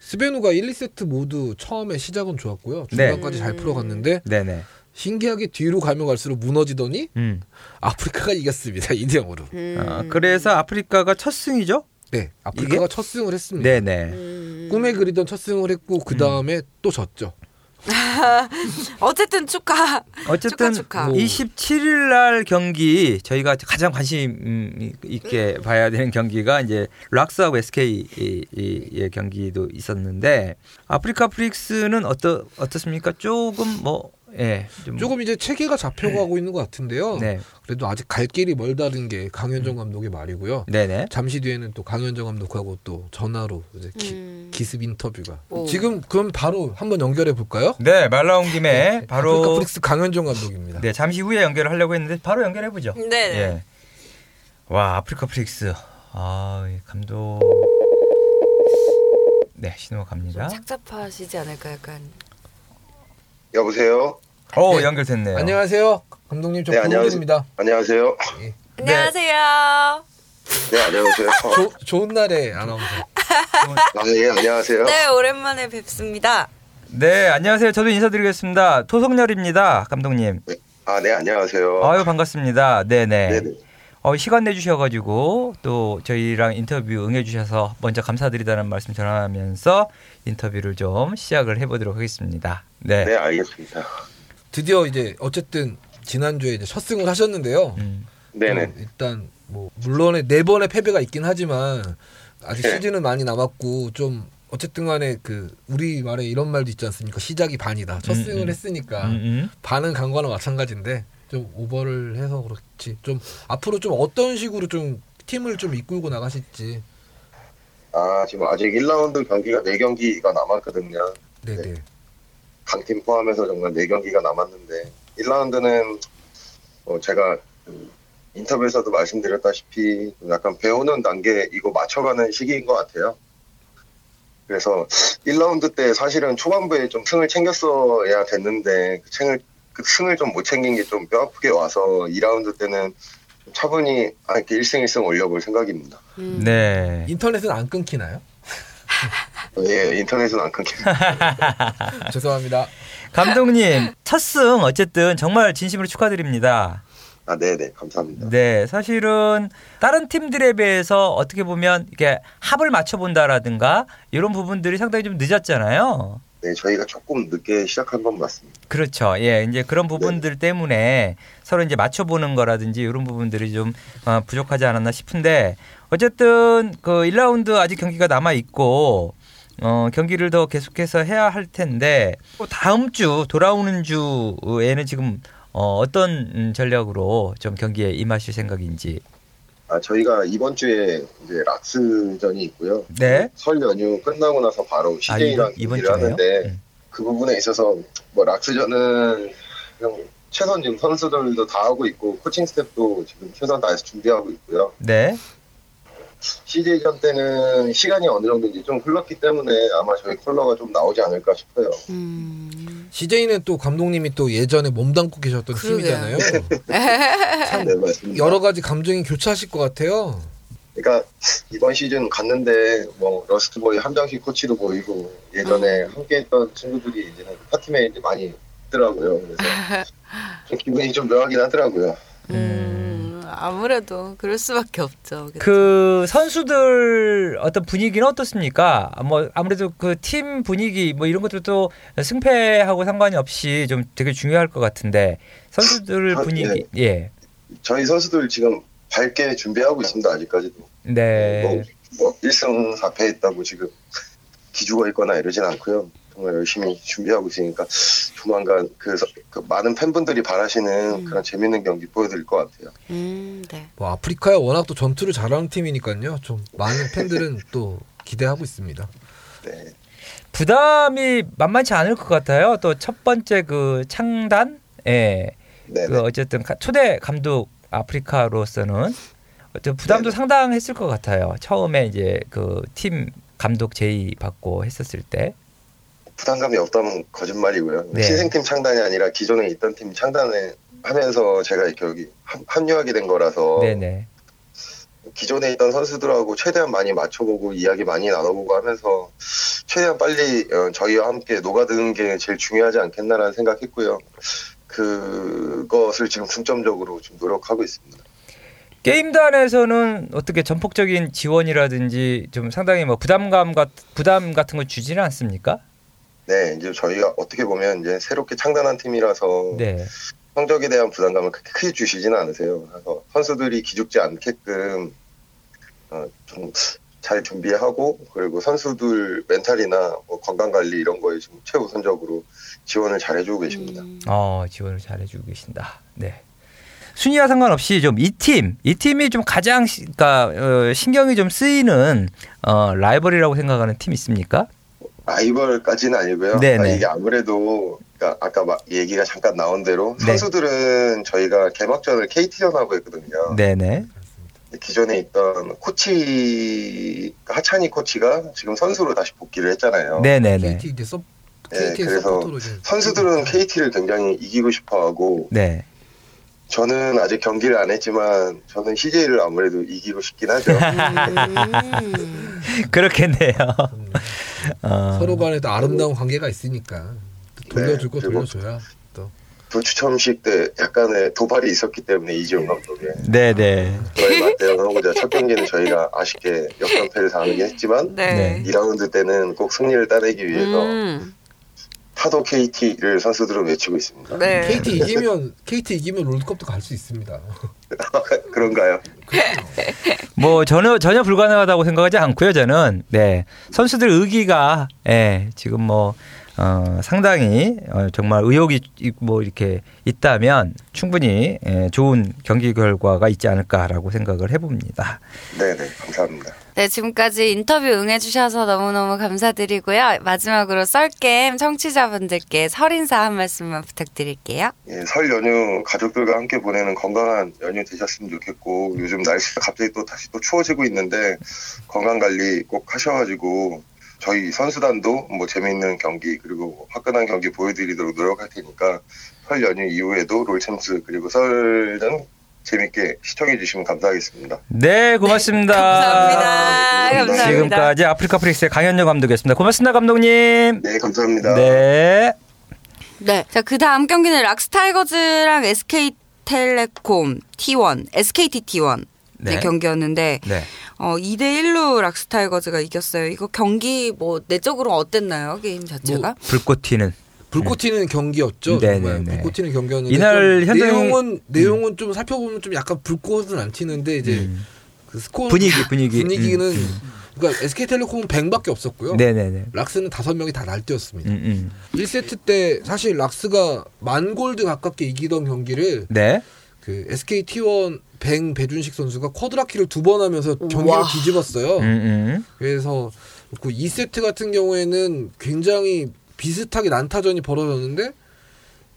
Speaker 3: 스베누가 1, 2세트 모두 처음에 시작은 좋았고요.
Speaker 1: 네.
Speaker 2: 음.
Speaker 3: 중간까지 잘 풀어갔는데
Speaker 1: 네, 네.
Speaker 3: 신기하게 뒤로 가면 갈수록 무너지더니
Speaker 1: 음.
Speaker 3: 아프리카가 이겼습니다. 2대 0으로.
Speaker 2: 음.
Speaker 1: 아, 그래서 아프리카가 첫 승이죠?
Speaker 3: 네, 아프리카가 첫 승을 했습니다.
Speaker 1: 네, 네.
Speaker 2: 음.
Speaker 3: 꿈에 그리던 첫 승을 했고 그 다음에 또 졌죠.
Speaker 2: 어쨌든 축하.
Speaker 1: 어쨌든
Speaker 2: 축하, 축하.
Speaker 1: 27일 날 경기 저희가 가장 관심 음, 있게 봐야 되는 경기가 이제 락스하고 SK의 경기도 있었는데 아프리카 프릭스는 어떠 어떻습니까? 조금 뭐 예. 좀-
Speaker 3: 조금 이제 체계가 잡혀가고 있는 것 같은데요.
Speaker 1: 네. 음.
Speaker 3: 그래도 아직 갈 길이 멀다는 게 강현정 감독의 말이고요.
Speaker 1: 네, 네.
Speaker 3: 잠시 뒤에는 또 강현정 감독하고 또 전화로 이제 기,
Speaker 2: 음.
Speaker 3: 기습 인터뷰가
Speaker 2: 오.
Speaker 3: 지금 그럼 바로 한번 연결해 볼까요?
Speaker 1: 네, 말 나온 김에
Speaker 3: 아프리카
Speaker 1: 바로
Speaker 3: 프릭스 강현정 감독입니다.
Speaker 1: 네, 잠시 후에 연결을 하려고 했는데 바로 연결해 보죠.
Speaker 2: 네, 네.
Speaker 1: 예. 와, 아프리카 프릭스. 아, 이 감독 네, 신호가 갑니다.
Speaker 2: 착잡하시지 않을까 약간.
Speaker 5: 여보세요.
Speaker 1: 오,
Speaker 3: 네.
Speaker 1: 어, 연결됐네요.
Speaker 3: 안녕하세요, 감독님. 저
Speaker 5: 네,
Speaker 3: 고은입니다.
Speaker 5: 안녕하세요.
Speaker 2: 네. 안녕하세요.
Speaker 5: 네, 안녕하세요.
Speaker 3: 아, 좋은 날에 아나운서.
Speaker 5: 아, 예, 안녕하세요.
Speaker 2: 네 오랜만에 뵙습니다.
Speaker 1: 네, 안녕하세요. 저도 인사드리겠습니다. 토성열입니다, 감독님.
Speaker 5: 아, 네, 안녕하세요.
Speaker 1: 아유, 반갑습니다. 네, 어. 네.
Speaker 5: 네네.
Speaker 1: 어, 시간 내주셔가지고 또 저희랑 인터뷰 응해주셔서 먼저 감사드리다는 말씀 전하면서 인터뷰를 좀 시작을 해보도록 하겠습니다. 네.
Speaker 5: 네, 알겠습니다.
Speaker 3: 드디어 이제 어쨌든 지난주에 이제 첫 승을 하셨는데요.
Speaker 1: 음.
Speaker 5: 네네.
Speaker 3: 어, 일단 뭐 물론의 네 번의 패배가 있긴 하지만 아직
Speaker 5: 네.
Speaker 3: 시즌은 많이 남았고 좀 어쨌든 간에 그 우리 말에 이런 말도 있지 않습니까? 시작이 반이다. 첫
Speaker 1: 음,
Speaker 3: 승을
Speaker 1: 음.
Speaker 3: 했으니까
Speaker 1: 음, 음.
Speaker 3: 반은 간 거나 마찬가지인데 좀 오버를 해서 그렇지. 좀 앞으로 좀 어떤 식으로 좀 팀을 좀 이끌고 나가실지.
Speaker 5: 네 아, 지금 아직 1라운드 경기가 4경기가 남았거든요.
Speaker 3: 네네.
Speaker 5: 네. 강팀 포함해서 정말 4경기가 남았는데 1라운드는 어, 제가 그 인터뷰에서도 말씀드렸다시피 약간 배우는 단계 이거 맞춰가는 시기인 것 같아요. 그래서 1라운드 때 사실은 초반부에 좀 승을 챙겼어야 됐는데 그 승을, 그 승을 좀 못 챙긴 게 좀 뼈아프게 와서 2라운드 때는 차분히 아, 이렇게 1승 1승 올려볼 생각입니다.
Speaker 2: 음.
Speaker 1: 네.
Speaker 3: 인터넷은 안 끊기나요?
Speaker 5: 예, 인터넷은 안 끊기
Speaker 3: 죄송합니다.
Speaker 1: 감독님 첫 승 어쨌든 정말 진심으로 축하드립니다.
Speaker 5: 아, 네네, 감사합니다.
Speaker 1: 네, 사실은 다른 팀들에 비해서 어떻게 보면 이렇게 합을 맞춰 본다라든가 이런 부분들이 상당히 좀 늦었잖아요.
Speaker 5: 네, 저희가 조금 늦게 시작한 건 맞습니다.
Speaker 1: 그렇죠. 예, 이제
Speaker 5: 네.
Speaker 1: 그런 부분들 때문에 서로 이제 맞춰보는 거라든지 이런 부분들이 좀 어, 부족하지 않았나 싶은데 어쨌든 그 1라운드 아직 경기가 남아 있고 어, 경기를 더 계속해서 해야 할 텐데 또 다음 주 돌아오는 주에는 지금 어, 어떤 음, 전략으로 좀 경기에 임하실 생각인지.
Speaker 5: 아, 저희가 이번 주에 이제 락스전이 있고요.
Speaker 1: 네.
Speaker 5: 설 연휴 끝나고 나서 바로
Speaker 1: 아,
Speaker 5: CJ랑
Speaker 1: 이번 이번
Speaker 5: 얘기를
Speaker 1: 주네요.
Speaker 5: 하는데
Speaker 1: 음.
Speaker 5: 그 부분에 있어서 뭐 락스전은 그냥 최선 지금 선수들도 다 하고 있고 코칭 스텝도 지금 최선 다해서 준비하고 있고요.
Speaker 1: 네.
Speaker 5: CJ전 때는 시간이 어느 정도 이제 좀 흘렀기 때문에 아마 저희 컬러가 좀 나오지 않을까 싶어요.
Speaker 2: 음.
Speaker 3: CJ는 또 감독님이 또 예전에 몸담고 계셨던
Speaker 2: 그러게요.
Speaker 3: 팀이잖아요.
Speaker 2: 음.
Speaker 5: 네, 맞습니다.
Speaker 3: 아, 여러 가지 감정이 교차하실 것 같아요.
Speaker 5: 그러니까 이번 시즌 갔는데 뭐 러스트보이 함장식 코치도 보이고 예전에 함께했던 친구들이 이제 파티메 이제 많이 있더라고요. 그래서 좀 기분이 좀 묘하긴 하더라고요.
Speaker 2: 음. 아무래도 그럴 수밖에 없죠. 그쵸?
Speaker 1: 그 선수들 어떤 분위기는 어떻습니까? 뭐 아무래도 그 팀 분위기 뭐 이런 것들도 승패하고 상관이 없이 좀 되게 중요할 것 같은데 선수들
Speaker 5: 아,
Speaker 1: 분위기 예.
Speaker 5: 저희 선수들 지금 밝게 준비하고 있습니다. 아직까지도
Speaker 1: 네.
Speaker 5: 뭐, 뭐 1승 4패했다고 지금 기죽어 있거나 이러진 않고요. 정말 열심히 준비하고 있으니까 조만간 그, 서- 그 많은 팬분들이 바라시는
Speaker 2: 음.
Speaker 5: 그런 재밌는 경기 보여드릴 것 같아요.
Speaker 2: 음, 네.
Speaker 3: 뭐 아프리카야 워낙 또 전투를 잘하는 팀이니까요. 좀 많은 팬들은 또 기대하고 있습니다.
Speaker 5: 네.
Speaker 1: 부담이 만만치 않을 것 같아요. 또 첫 번째 그 창단 예.
Speaker 5: 네.
Speaker 1: 그 어쨌든 가- 초대 감독 아프리카로서는 어쨌든 부담도
Speaker 5: 네네.
Speaker 1: 상당했을 것 같아요. 처음에 이제 그 팀 감독 제의 받고 했었을 때.
Speaker 5: 부담감이 없다면 거짓말이고요.
Speaker 1: 네.
Speaker 5: 신생팀 창단이 아니라 기존에 있던 팀 창단을 하면서 제가 이렇게 여기 합- 합류하게 된 거라서
Speaker 1: 네, 네.
Speaker 5: 기존에 있던 선수들하고 최대한 많이 맞춰보고 이야기 많이 나눠보고 하면서 최대한 빨리 어, 저희와 함께 녹아드는 게 제일 중요하지 않겠나라는 생각했고요. 그것을 지금 중점적으로 지금 노력하고 있습니다.
Speaker 1: 게임단에서는 어떻게 전폭적인 지원이라든지 좀 상당히 뭐 부담감 같 부담 같은 거 주지는 않습니까?
Speaker 5: 네, 이제 저희가 어떻게 보면 이제 새롭게 창단한 팀이라서
Speaker 1: 네.
Speaker 5: 성적에 대한 부담감을 크게, 크게 주시지는 않으세요. 그래서 선수들이 기죽지 않게끔 어, 좀 잘 준비하고 그리고 선수들 멘탈이나 뭐 건강 관리 이런 거에 좀 최우선적으로 지원을 잘 해주고 계십니다.
Speaker 2: 음.
Speaker 1: 어, 지원을 잘 해주고 계신다. 네. 순위와 상관없이 좀 이 팀, 이 팀이 좀 가장 시- 그러니까 어, 신경이 좀 쓰이는 어, 라이벌이라고 생각하는 팀 있습니까?
Speaker 5: 라이벌까지는 아니고요.
Speaker 1: 네네.
Speaker 5: 아, 이게 아무래도 그러니까 아까 막 얘기가 잠깐 나온 대로
Speaker 1: 네.
Speaker 5: 선수들은 저희가 개막전을 KT전하고 했거든요.
Speaker 1: 네, 네.
Speaker 5: 기존에 있던 코치 하찬이 코치가 지금 선수로 다시 복귀를 했잖아요.
Speaker 1: 네, 네, 네.
Speaker 3: KT 이제 서
Speaker 5: 네,
Speaker 3: KT
Speaker 5: 그래서
Speaker 3: 서포터로 이제 네.
Speaker 5: 선수들은 KT를 굉장히 이기고 싶어하고
Speaker 1: 네.
Speaker 5: 저는 아직 경기를 안 했지만 저는 CJ를 아무래도 이기고 싶긴 하죠.
Speaker 2: 음.
Speaker 1: 그렇겠네요.
Speaker 3: 음,
Speaker 1: 어.
Speaker 3: 서로 간에 또 아름다운 관계가 있으니까 또 돌려줄 거
Speaker 5: 네, 그리고-
Speaker 3: 돌려줘야 또
Speaker 5: 불추첨식 때 약간의 도발이 있었기 때문에 이지용 감독이
Speaker 1: 네, 네.
Speaker 5: 저희 맞대응하고자 첫 경기는 저희가 아쉽게 역전패를 당하긴 했지만
Speaker 1: 네.
Speaker 2: 네.
Speaker 5: 2라운드 때는 꼭 승리를 따내기 위해서
Speaker 2: 음.
Speaker 5: 타도 KT를 선수들은 외치고 있습니다.
Speaker 2: 네.
Speaker 3: KT 이기면 KT 이기면 롤드컵도 갈 수 있습니다.
Speaker 1: 네.
Speaker 5: 그런가요?
Speaker 1: 뭐 전혀 전혀 불가능하다고 생각하지 않고요. 저는 네 선수들 의기가 예, 지금 뭐 어, 상당히 어, 정말 의욕이 이- 뭐 이렇게 있다면 충분히 예, 좋은 경기 결과가 있지 않을까라고 생각을 해봅니다.
Speaker 5: 네, 네네 감사합니다.
Speaker 2: 네, 지금까지 인터뷰 응해주셔서 너무너무 감사드리고요. 마지막으로 썰게임 청취자분들께 설인사 한 말씀만 부탁드릴게요.
Speaker 5: 예, 설 연휴 가족들과 함께 보내는 건강한 연휴 되셨으면 좋겠고 요즘 날씨가 갑자기 또 다시 또 추워지고 있는데 건강 관리 꼭 하셔가지고 저희 선수단도 뭐 재미있는 경기 그리고 화끈한 경기 보여드리도록 노력할 테니까 설 연휴 이후에도 롤챔스 그리고 설은 재밌게 시청해 주시면 감사하겠습니다.
Speaker 1: 네, 고맙습니다.
Speaker 2: 감사합니다. 감사합니다.
Speaker 1: 지금까지 아프리카 프릭스의 강현정 감독이었습니다. 고맙습니다, 감독님.
Speaker 5: 네, 감사합니다.
Speaker 1: 네.
Speaker 2: 네. 자, 그 다음 경기는 락스타이거즈랑 SK텔레콤 T1, SKT T1.
Speaker 1: 네.
Speaker 2: 의 경기였는데
Speaker 1: 네.
Speaker 2: 어, 2대 1로 락스타이거즈가 이겼어요. 이거 경기 뭐 내적으로 어땠나요? 게임 자체가?
Speaker 1: 불꽃 튀는.
Speaker 3: 불꽃튀는 경기였죠.
Speaker 1: 네,
Speaker 3: 정말
Speaker 1: 네, 네.
Speaker 3: 불꽃튀는 경기였는데
Speaker 1: 이날 음.
Speaker 3: 좀
Speaker 1: 현장이-
Speaker 3: 내용은 내용은 좀 살펴보면 좀 약간 불꽃은 안 튀는데 이제
Speaker 1: 음.
Speaker 3: 그 스코어
Speaker 1: 분위기, 분위기.
Speaker 3: 분위기는
Speaker 1: 음, 음.
Speaker 3: 그러니까 SK텔레콤은 100밖에 없었고요.
Speaker 1: 네네네.
Speaker 3: 락스는 다섯 명이 다 날뛰었습니다.
Speaker 1: 음, 음.
Speaker 3: 1세트 때 사실 락스가 만 골드 가깝게 이기던 경기를
Speaker 1: 네.
Speaker 3: 그 SKT1 뱅 배준식 선수가 쿼드라키를 두 번 하면서 경기를
Speaker 2: 우와.
Speaker 3: 뒤집었어요.
Speaker 1: 음, 음.
Speaker 3: 그래서 그 2세트 같은 경우에는 굉장히 비슷하게 난타전이 벌어졌는데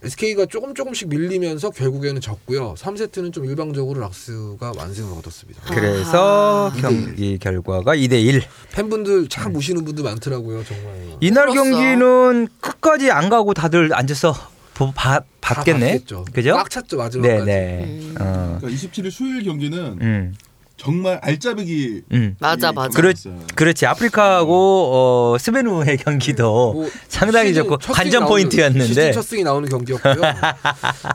Speaker 3: SK가 조금 조금씩 밀리면서 결국에는 졌고요. 3세트는 좀 일방적으로 락스가 완승을 얻었습니다.
Speaker 1: 그래서
Speaker 3: 아하.
Speaker 1: 경기 결과가 2대 1.
Speaker 3: 팬분들 참 우시는 분들 많더라고요, 정말.
Speaker 1: 음. 이날
Speaker 2: 울었어.
Speaker 1: 경기는 끝까지 안 가고 다들 앉아서 보- 봐-
Speaker 3: 다
Speaker 1: 봤겠네.
Speaker 3: 봤겠죠.
Speaker 1: 그죠?
Speaker 3: 꽉 찼죠 마지막까지.
Speaker 1: 네네.
Speaker 2: 음.
Speaker 1: 어.
Speaker 4: 그러니까 27일 수요일 경기는
Speaker 1: 음.
Speaker 4: 정말 알짜배기 예,
Speaker 1: 음.
Speaker 2: 맞아,
Speaker 4: 이
Speaker 2: 맞아.
Speaker 1: 그렇,
Speaker 4: 경기였어요.
Speaker 1: 그렇지. 아프리카하고 어, 스베누의 경기도
Speaker 3: 뭐
Speaker 1: 어, 상당히
Speaker 3: 시즌
Speaker 1: 좋고
Speaker 3: 첫 승이
Speaker 1: 관전
Speaker 3: 나오는-
Speaker 1: 포인트였는데.
Speaker 3: 시즌 첫 승이 나오는 경기였고요.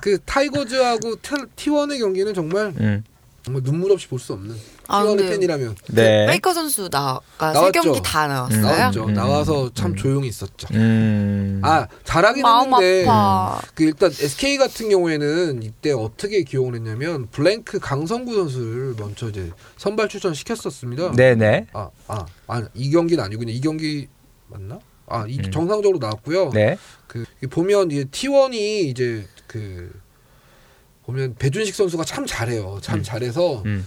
Speaker 3: 그 타이거즈하고 T1의 경기는 정말
Speaker 1: 음.
Speaker 3: 정말 눈물 없이 볼 수 없는
Speaker 2: 아,
Speaker 3: T1의
Speaker 2: 근데
Speaker 3: 팬이라면
Speaker 1: 네.
Speaker 2: 페이커 선수 나가 세
Speaker 3: 나왔죠.
Speaker 2: 경기 다 나왔어요.
Speaker 3: 나왔죠.
Speaker 1: 음.
Speaker 3: 나와서 참 조용히 있었죠.
Speaker 1: 음.
Speaker 3: 아 잘하긴
Speaker 2: 마음
Speaker 3: 했는데
Speaker 2: 아파.
Speaker 3: 그 일단 SK 같은 경우에는 이때 어떻게 기용을 했냐면 블랭크 강성구 선수를 먼저 이제 선발 출전 시켰었습니다. 아,
Speaker 1: 네네.
Speaker 3: 아아아이 경기는 아니군요. 이 경기 맞나? 아 이,
Speaker 1: 음.
Speaker 3: 정상적으로 나왔고요.
Speaker 1: 네.
Speaker 3: 그 보면 이제 T1이 이제 그 보면 배준식 선수가 참 잘해요. 참
Speaker 1: 음.
Speaker 3: 잘해서
Speaker 1: 음.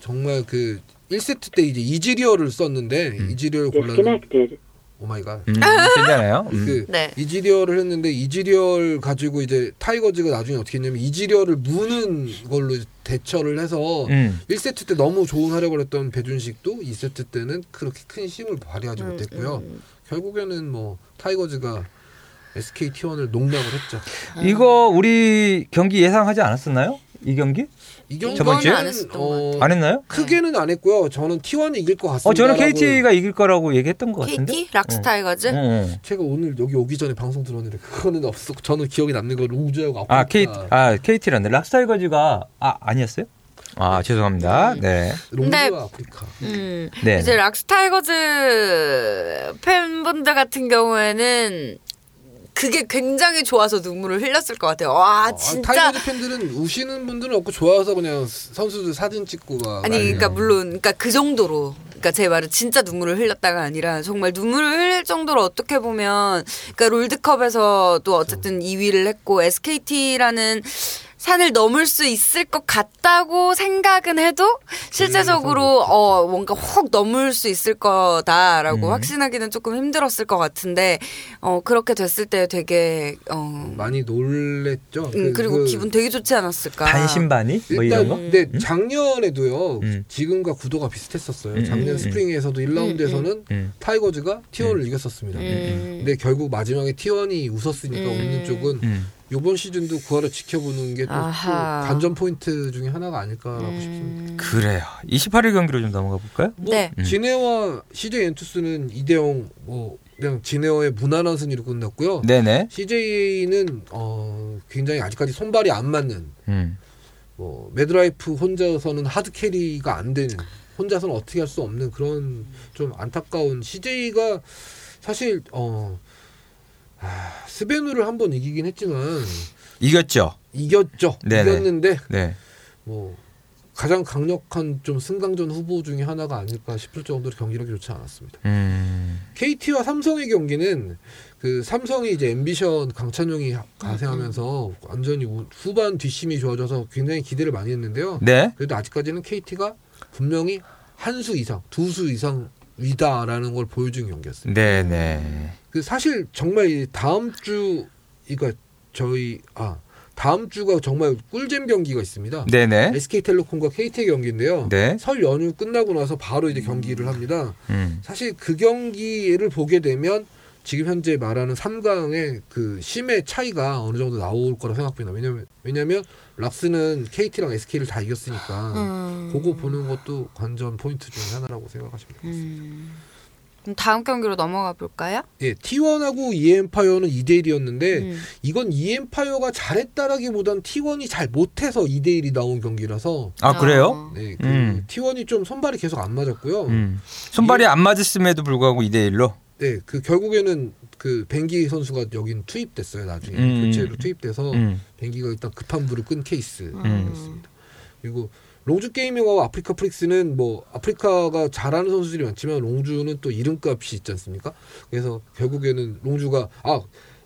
Speaker 3: 정말 그 1세트 때 이제 이지리어를 썼는데
Speaker 1: 음.
Speaker 3: 이지리어를 골랐는데
Speaker 6: disconnected.
Speaker 3: 오 마이 갓.
Speaker 1: 음. 괜찮아요. 음.
Speaker 3: 그
Speaker 2: 네.
Speaker 3: 이지리얼을 했는데 이지리얼 가지고 이제 타이거즈가 나중에 어떻게 했냐면 이지리얼을 무는 걸로 대처를 해서
Speaker 1: 음.
Speaker 3: 1세트 때 너무 좋은 활약을 했던 배준식도 2세트 때는 그렇게 큰 힘을 발휘하지
Speaker 2: 음,
Speaker 3: 못했고요. 결국에는 뭐 타이거즈가 SKT1을 농락을 했죠.
Speaker 1: 이거 우리 경기 예상하지 않았었나요? 이 경기?
Speaker 3: 이
Speaker 1: 저번 주에?
Speaker 3: 경기는 어,
Speaker 2: 안 했었던 것
Speaker 1: 안 했나요?
Speaker 3: 크게는 안 했고요. 저는 T1이 이길 것 같습니다.
Speaker 1: 어 저는 KT가 이길 거라고 얘기했던 것 같은데. 음.
Speaker 2: KT 락스타이거즈
Speaker 1: 응, 응.
Speaker 3: 제가 오늘 여기 오기 전에 방송 들었는데 그거는 없었고 저는 기억에 남는 건 우주하고
Speaker 1: 아
Speaker 3: 아프리카.
Speaker 1: K 아 KT란데 락스타이거즈가 아 아니었어요? 아 죄송합니다. 네.
Speaker 3: 롱주와
Speaker 2: 근데-
Speaker 3: 아프리카.
Speaker 2: 음,
Speaker 1: 네.
Speaker 2: 이제 락스타이거즈 팬분들 같은 경우에는 그게 굉장히 좋아서 눈물을 흘렸을 것 같아요. 와
Speaker 3: 아,
Speaker 2: 진짜
Speaker 3: 타이거즈 팬들은 우시는 분들은 없고 좋아서 그냥 선수들 사진 찍고 막
Speaker 2: 아니 그러니까 물론 그러니까 그 정도로 그러니까 제 말은 진짜 눈물을 흘렸다가 아니라 정말 눈물을 흘릴 정도로 어떻게 보면 그러니까 롤드컵에서도 어쨌든 2위를 했고 SKT라는 산을 넘을 수 있을 것 같다고 생각은 해도 실제적으로 어 뭔가 확 넘을 수 있을 거다라고
Speaker 1: 음.
Speaker 2: 확신하기는 조금 힘들었을 것 같은데 어 그렇게 됐을 때 되게 어
Speaker 3: 많이 놀랬죠.
Speaker 2: 음,
Speaker 3: 그-
Speaker 2: 그리고
Speaker 3: 그
Speaker 2: 기분 되게 좋지
Speaker 1: 아,
Speaker 2: 않았을까?
Speaker 1: 반신반의 뭐
Speaker 3: 일단
Speaker 1: 이런 거?
Speaker 3: 근데 작년에도요
Speaker 1: 음.
Speaker 3: 지금과 구도가 비슷했었어요.
Speaker 1: 음,
Speaker 3: 작년
Speaker 1: 음,
Speaker 3: 스프링에서도
Speaker 2: 음,
Speaker 3: 1라운드에서는
Speaker 1: 음.
Speaker 3: 타이거즈가 T1을 이겼었습니다.
Speaker 2: 음.
Speaker 3: 근데 결국 마지막에 T1이 웃었으니까
Speaker 2: 음.
Speaker 3: 웃는 쪽은
Speaker 1: 음.
Speaker 3: 이번 시즌도 구하를 지켜보는 게 또
Speaker 2: 아하. 음.
Speaker 3: 관전 포인트 중에 하나가 아닐까라고 싶습니다.
Speaker 1: 그래요. 28일 경기로 좀 넘어가 볼까요?
Speaker 3: 뭐
Speaker 2: 네.
Speaker 1: 음.
Speaker 3: 진해와 CJ 엔투스는 2대0 뭐 그냥 진해와의 무난한 승리로 끝났고요.
Speaker 1: 네네.
Speaker 3: CJ는 어, 굉장히 아직까지 손발이 안 맞는
Speaker 1: 음.
Speaker 3: 뭐 매드라이프 혼자서는 하드 캐리가 안 되는 혼자서는 어떻게 할 수 없는 그런 좀 안타까운 CJ가 사실 어 아, 스베누를 한 번 이기긴 했지만
Speaker 1: 이겼죠.
Speaker 3: 이겼죠.
Speaker 1: 네네.
Speaker 3: 이겼는데
Speaker 1: 네.
Speaker 3: 뭐 가장 강력한 좀 승강전 후보 중에 하나가 아닐까 싶을 정도로 경기력이 좋지 않았습니다.
Speaker 1: 음.
Speaker 3: KT와 삼성의 경기는 그 삼성이 이제 앰비션 강찬용이
Speaker 1: 음,
Speaker 3: 가세하면서 완전히 우- 후반 뒷심이 좋아져서 굉장히 기대를 많이 했는데요.
Speaker 1: 네.
Speaker 3: 그래도 아직까지는 KT가 분명히 한 수 이상, 두 수 이상 위다라는 걸 보여준 경기였어요.
Speaker 1: 네, 네.
Speaker 3: 그 사실 정말 이 다음 주 이거 저희 아 다음 주가 정말 꿀잼 경기가 있습니다.
Speaker 1: 네, 네.
Speaker 3: SK텔레콤과 KT 의 경기인데요.
Speaker 1: 네.
Speaker 3: 설 연휴 끝나고 나서 바로 이제 경기를 합니다.
Speaker 1: 음.
Speaker 3: 사실 그 경기를 보게 되면 지금 현재 말하는 3강의 그 심의 차이가 어느 정도 나올 거라 생각합니다. 왜냐면 왜냐면 락스는 KT랑 SK를 다 이겼으니까
Speaker 2: 음.
Speaker 3: 그거 보는 것도 관전 포인트 중 하나라고 생각하십니다.
Speaker 2: 음. 그럼 다음 경기로 넘어가 볼까요?
Speaker 3: 예, T1하고 EM파이어는 2대 1이었는데
Speaker 2: 음.
Speaker 3: 이건 EM파이어가 잘했다라기보단 T1이 잘 못해서 2대 1이 나온 경기라서
Speaker 1: 아, 그래요?
Speaker 2: 어.
Speaker 3: 네, 그
Speaker 1: 음.
Speaker 3: T1이 좀 손발이 계속 안 맞았고요.
Speaker 1: 음. 손발이 안 맞았음에도 불구하고 2대 1로.
Speaker 3: 네, 그 결국에는 그 뱅기 선수가 여긴 투입됐어요. 나중에
Speaker 1: 음.
Speaker 3: 교체로 투입돼서
Speaker 1: 음.
Speaker 3: 뱅기가 일단 급한 불을 끈 케이스.
Speaker 2: 음.
Speaker 3: 그리고 롱주 게이밍하고 아프리카 프릭스는 뭐 아프리카가 잘하는 선수들이 많지만 롱주는 또 이름값이 있지 않습니까? 그래서 결국에는 롱주가 아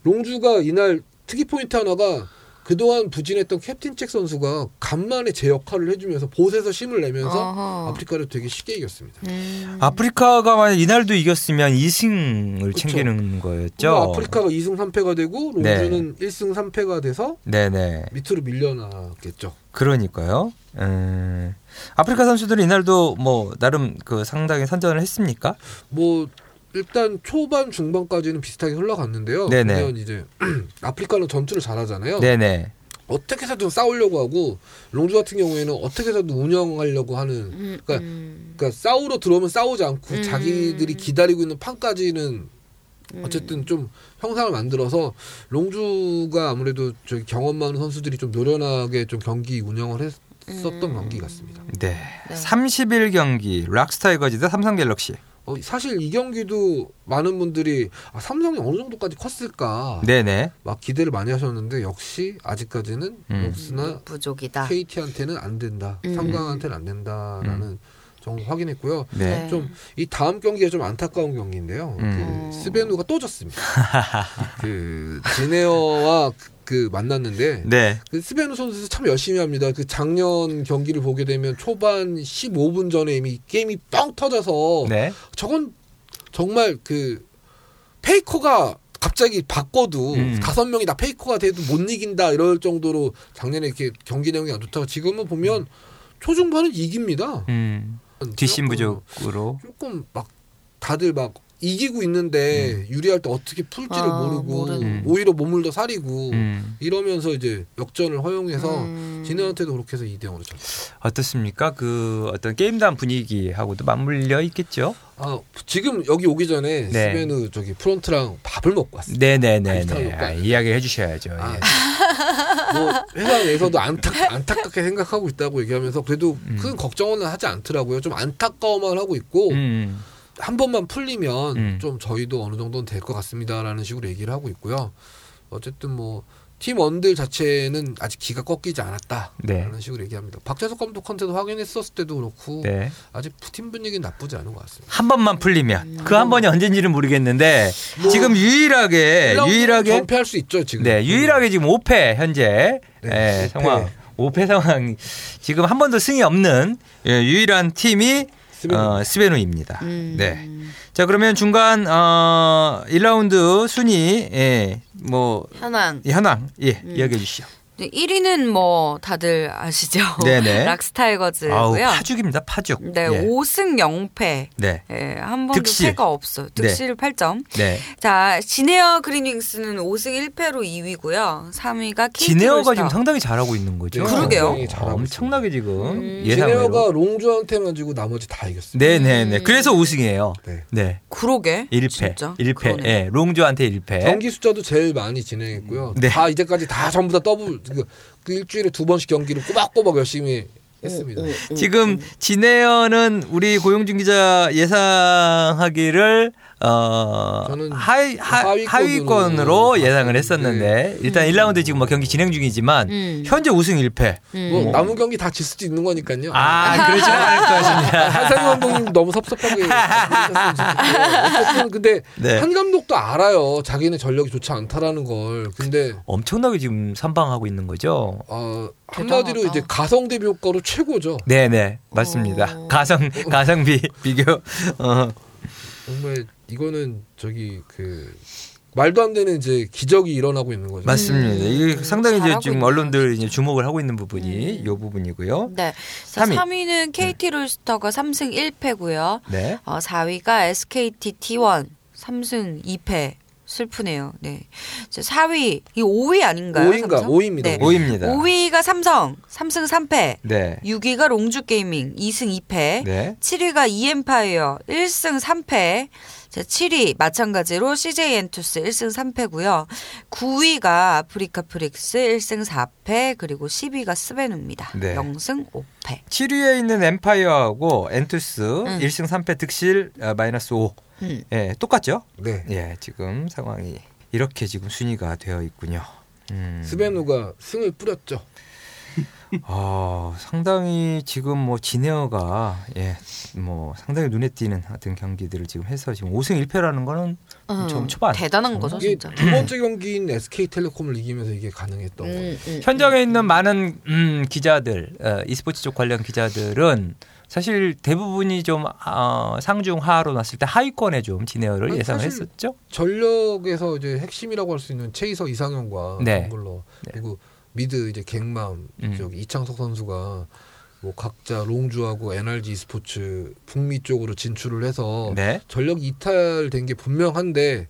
Speaker 3: 롱주가 이날 특이 포인트 하나가 그동안 부진했던 캡틴 잭 선수가 간만에 제 역할을 해주면서 보스에서 힘을 내면서
Speaker 2: 어허.
Speaker 3: 아프리카를 되게 쉽게 이겼습니다.
Speaker 2: 음.
Speaker 1: 아프리카가 만약 이날도 이겼으면 2승을
Speaker 3: 그쵸.
Speaker 1: 챙기는 거였죠.
Speaker 3: 그러니까 아프리카가 2승 3패가 되고
Speaker 1: 네.
Speaker 3: 롱주는 1승 3패가 돼서
Speaker 1: 네, 네.
Speaker 3: 밑으로 밀려나겠죠.
Speaker 1: 그러니까요. 음. 아프리카 선수들이 이날도 뭐 나름 그 상당히 선전을 했습니까?
Speaker 3: 뭐 일단 초반 중반까지는 비슷하게 흘러갔는데요.
Speaker 1: 네네.
Speaker 3: 보면 이제 아프리카는 전투를 잘하잖아요.
Speaker 1: 네, 네.
Speaker 3: 어떻게 해서든 싸우려고 하고 롱주 같은 경우에는 어떻게 해서든 운영하려고 하는
Speaker 2: 음,
Speaker 3: 그러니까-
Speaker 2: 음.
Speaker 3: 그러니까 싸우러 들어오면 싸우지 않고
Speaker 2: 음.
Speaker 3: 자기들이 기다리고 있는 판까지는
Speaker 2: 음.
Speaker 3: 어쨌든 좀 형상을 만들어서 롱주가 아무래도 저기 경험 많은 선수들이 좀 노련하게 좀 경기 운영을 했었던
Speaker 2: 음.
Speaker 3: 경기 같습니다.
Speaker 1: 네.
Speaker 2: 네.
Speaker 1: 31경기 락스타이거즈 대 삼성갤럭시.
Speaker 3: 어, 사실 이 경기도 많은 분들이 아, 삼성이 어느 정도까지 컸을까
Speaker 1: 네, 네.
Speaker 3: 막 기대를 많이 하셨는데 역시 아직까지는
Speaker 1: 음.
Speaker 3: 록스나
Speaker 2: 부족이다.
Speaker 3: KT한테는 안 된다,
Speaker 2: 음.
Speaker 3: 삼강한테는 안 된다라는
Speaker 1: 음.
Speaker 3: 정도 확인했고요.
Speaker 1: 네.
Speaker 3: 좀 이 다음 경기가 좀 안타까운 경기인데요.
Speaker 1: 음.
Speaker 3: 그
Speaker 2: 어.
Speaker 3: 스베누가 또 졌습니다. 그 지네어와 그- 그 만났는데
Speaker 1: 네.
Speaker 3: 그 스베누 선수 참 열심히 합니다. 그 작년 경기를 보게 되면 초반 15분 전에 이미 게임이 뻥 터져서
Speaker 1: 네.
Speaker 3: 저건 정말 그 페이커가 갑자기 바꿔도
Speaker 1: 음.
Speaker 3: 다섯 명이 다 페이커가 돼도 못 이긴다 이럴 정도로 작년에 이렇게 경기 내용이 안 좋다가 지금은 보면 초중반은 이깁니다.
Speaker 1: 음.
Speaker 3: 조금-
Speaker 1: 뒷심부족으로.
Speaker 3: 조금 막 다들 막 이기고 있는데
Speaker 1: 음.
Speaker 3: 유리할 때 어떻게 풀지를
Speaker 2: 아,
Speaker 3: 모르고
Speaker 2: 모르는.
Speaker 3: 오히려 몸을 더 사리고
Speaker 1: 음.
Speaker 3: 이러면서 이제 역전을 허용해서
Speaker 2: 음.
Speaker 3: 진해한테도 그렇게 해서 2대 0으로 졌죠.
Speaker 1: 어떻습니까? 그 어떤 게임단 분위기하고도 맞물려 있겠죠?
Speaker 3: 아, 지금 여기 오기 전에
Speaker 1: 네.
Speaker 3: 스베누 저기 프론트랑 밥을 먹고 왔어요.
Speaker 1: 네, 네, 네,
Speaker 3: 비슷한
Speaker 1: 네.
Speaker 3: 효과.
Speaker 1: 아, 이야기해 주셔야죠.
Speaker 3: 아,
Speaker 1: 예.
Speaker 3: 뭐 회사 내에서도 안타, 안타깝게 생각하고 있다고 얘기하면서 그래도 큰 걱정은 하지 않더라고요. 좀 안타까워만 하고 있고
Speaker 1: 음.
Speaker 3: 한 번만 풀리면
Speaker 1: 음.
Speaker 3: 좀 저희도 어느 정도는 될 것 같습니다라는 식으로 얘기를 하고 있고요. 어쨌든 뭐 팀원들 자체는 아직 기가 꺾이지 않았다라는
Speaker 1: 네.
Speaker 3: 식으로 얘기합니다. 박재석 감독한테도 확인했었을 때도 그렇고
Speaker 1: 네.
Speaker 3: 아직 팀 분위기는 나쁘지 않은 것 같습니다.
Speaker 1: 한 번만 풀리면 그 한 번이 언젠지는 모르겠는데
Speaker 3: 뭐.
Speaker 1: 지금 유일하게
Speaker 3: 1라운드는
Speaker 1: 유일하게
Speaker 3: 전패할 수 있죠 지금.
Speaker 1: 네, 유일하게 지금 5패 현재
Speaker 3: 네,
Speaker 1: 예,
Speaker 3: 오패.
Speaker 1: 상황 5패 상황 지금 한 번도 승이 없는 예, 유일한 팀이
Speaker 3: 스베누.
Speaker 1: 어, 스베누입니다.
Speaker 2: 음.
Speaker 1: 네. 자 그러면 중간 어, 1라운드 순위 예, 뭐
Speaker 2: 현황.
Speaker 1: 이 현황 예, 이야기해 주시죠.
Speaker 2: 네, 1위는 뭐 다들 아시죠?
Speaker 1: 네네. 아우
Speaker 2: 락스타이거즈고요.
Speaker 1: 파죽입니다 파죽.
Speaker 2: 네,
Speaker 1: 예.
Speaker 2: 오 5승 0패.
Speaker 1: 네,
Speaker 2: 예, 한 번도
Speaker 1: 득실.
Speaker 2: 패가 없어요. 득실 팔 8점.
Speaker 1: 네.
Speaker 2: 자, 지네어 그린윙스는 5승 1패로 2위고요. 3위가 KT
Speaker 1: 지네어가
Speaker 2: 롤스터.
Speaker 1: 지금 상당히 잘하고 있는 거죠.
Speaker 3: 네,
Speaker 2: 그러게요. 음.
Speaker 1: 어, 엄청나게 지금 예상외로.
Speaker 3: 진해어가 롱주한테만 지고 나머지 다 이겼습니다.
Speaker 1: 네네네. 그래서 우승이에요.
Speaker 3: 네.
Speaker 1: 네.
Speaker 2: 그러게.
Speaker 1: 일 1패.
Speaker 2: 음. 진짜.
Speaker 1: 일 1패.
Speaker 2: 그러네.
Speaker 1: 예. 롱주한테 1패.
Speaker 3: 경기 숫자도 제일 많이 진행했고요.
Speaker 1: 네.
Speaker 3: 다 이제까지 다 전부 다 더블 그, 그 일주일에 두 번씩 경기를 꼬박꼬박
Speaker 2: 네,
Speaker 3: 열심히 했습니다.
Speaker 2: 음,
Speaker 1: 지금 진해연은 우리 고용준 기자 예상하기를 어
Speaker 3: 저는 그
Speaker 1: 하위 하,
Speaker 3: 하위권으로
Speaker 1: 하위권으로 예상을 했었는데 일단 1라운드 지금 뭐 경기 진행 중이지만
Speaker 2: 음.
Speaker 1: 현재 우승 1패.
Speaker 3: 뭐 남은 경기 다 질 수도 있는
Speaker 1: 음.
Speaker 3: 거니까요.
Speaker 1: 아 그렇지 않을 것입니다.
Speaker 3: 한상현 감독님 너무 섭섭하게 그러셨으면 좋겠고요. 어쨌든 근데
Speaker 1: 네.
Speaker 3: 한 감독도 알아요. 자기는 전력이 좋지 않다라는 걸. 근데
Speaker 1: 엄청나게 지금 선방하고 있는 거죠.
Speaker 3: 어, 한마디로
Speaker 2: 대단하다.
Speaker 3: 이제 가성 대비 효과로 최고죠.
Speaker 1: 네네 맞습니다.
Speaker 2: 어.
Speaker 1: 가성 가성비 비교. 어.
Speaker 3: 정말 이거는 저기 그 말도 안 되는 이제 기적이 일어나고 있는 거죠.
Speaker 1: 맞습니다. 이게 상당히 이제
Speaker 2: 음. 잘하고
Speaker 1: 지금
Speaker 2: 있네요, 음.
Speaker 1: 언론들 이제 주목을 하고 있는 부분이 이 부분이고요.
Speaker 2: 네.
Speaker 1: 삼 위.
Speaker 2: 3위는 KT 롤스터가 3승 1패고요.
Speaker 1: 네.
Speaker 2: 어, 4위가 SKT T1 3승 2패. 슬프네요. 네. 이제 4위, 이 5위 아닌가요?
Speaker 3: 5위인가?
Speaker 2: 삼성?
Speaker 3: 5위입니다.
Speaker 2: 네.
Speaker 1: 5위입니다.
Speaker 2: 5위가 삼성, 3승 3패.
Speaker 1: 네.
Speaker 2: 6위가 롱주 게이밍, 2승 2패.
Speaker 1: 네.
Speaker 2: 7위가 이엠파이어 1승 3패. 제 7위 마찬가지로 CJ 엔투스 1승 3패고요. 9위가 아프리카 프릭스 1승 4패 그리고 10위가 스베누입니다.
Speaker 1: 네.
Speaker 2: 0승 5패.
Speaker 1: 7위에 있는 엠파이어하고 엔투스
Speaker 2: 음.
Speaker 1: 1승 3패 득실 아, 마이너스 5.
Speaker 2: 음.
Speaker 1: 예, 똑같죠?
Speaker 3: 네.
Speaker 1: 예, 지금 상황이 이렇게 지금 순위가 되어 있군요. 음.
Speaker 3: 스베누가 승을 뿌렸죠.
Speaker 1: 아, 상당히 지금 뭐 진에어가 예, 뭐 상당히 눈에 띄는 하여튼 경기들을 지금 해서 지금 5승 1패라는 거는 엄청 초반.
Speaker 2: 음. 대단한 거죠,
Speaker 3: 이게
Speaker 2: 진짜. 음, 네.
Speaker 3: 두 번째 경기인 SK텔레콤을 이기면서 이게 가능했던 거예요.
Speaker 2: 음, 음.
Speaker 1: 현장에 있는 많은 음, 기자들, 어, e스포츠 쪽 관련 기자들은 사실 대부분이 좀 어, 상중하로 났을 때 하위권에 좀 진에어를
Speaker 3: 아니,
Speaker 1: 예상했었죠.
Speaker 3: 전력에서 이제 핵심이라고 할 수 있는 체이서 이상현과
Speaker 1: 네.
Speaker 3: 그런 걸로
Speaker 1: 네.
Speaker 3: 그리고 미드 이제 갱맘
Speaker 1: 음.
Speaker 3: 저기 이창석 선수가 뭐 각자 롱주하고 NRG 스포츠 북미 쪽으로 진출을 해서
Speaker 1: 네.
Speaker 3: 전력 이탈된 게 분명한데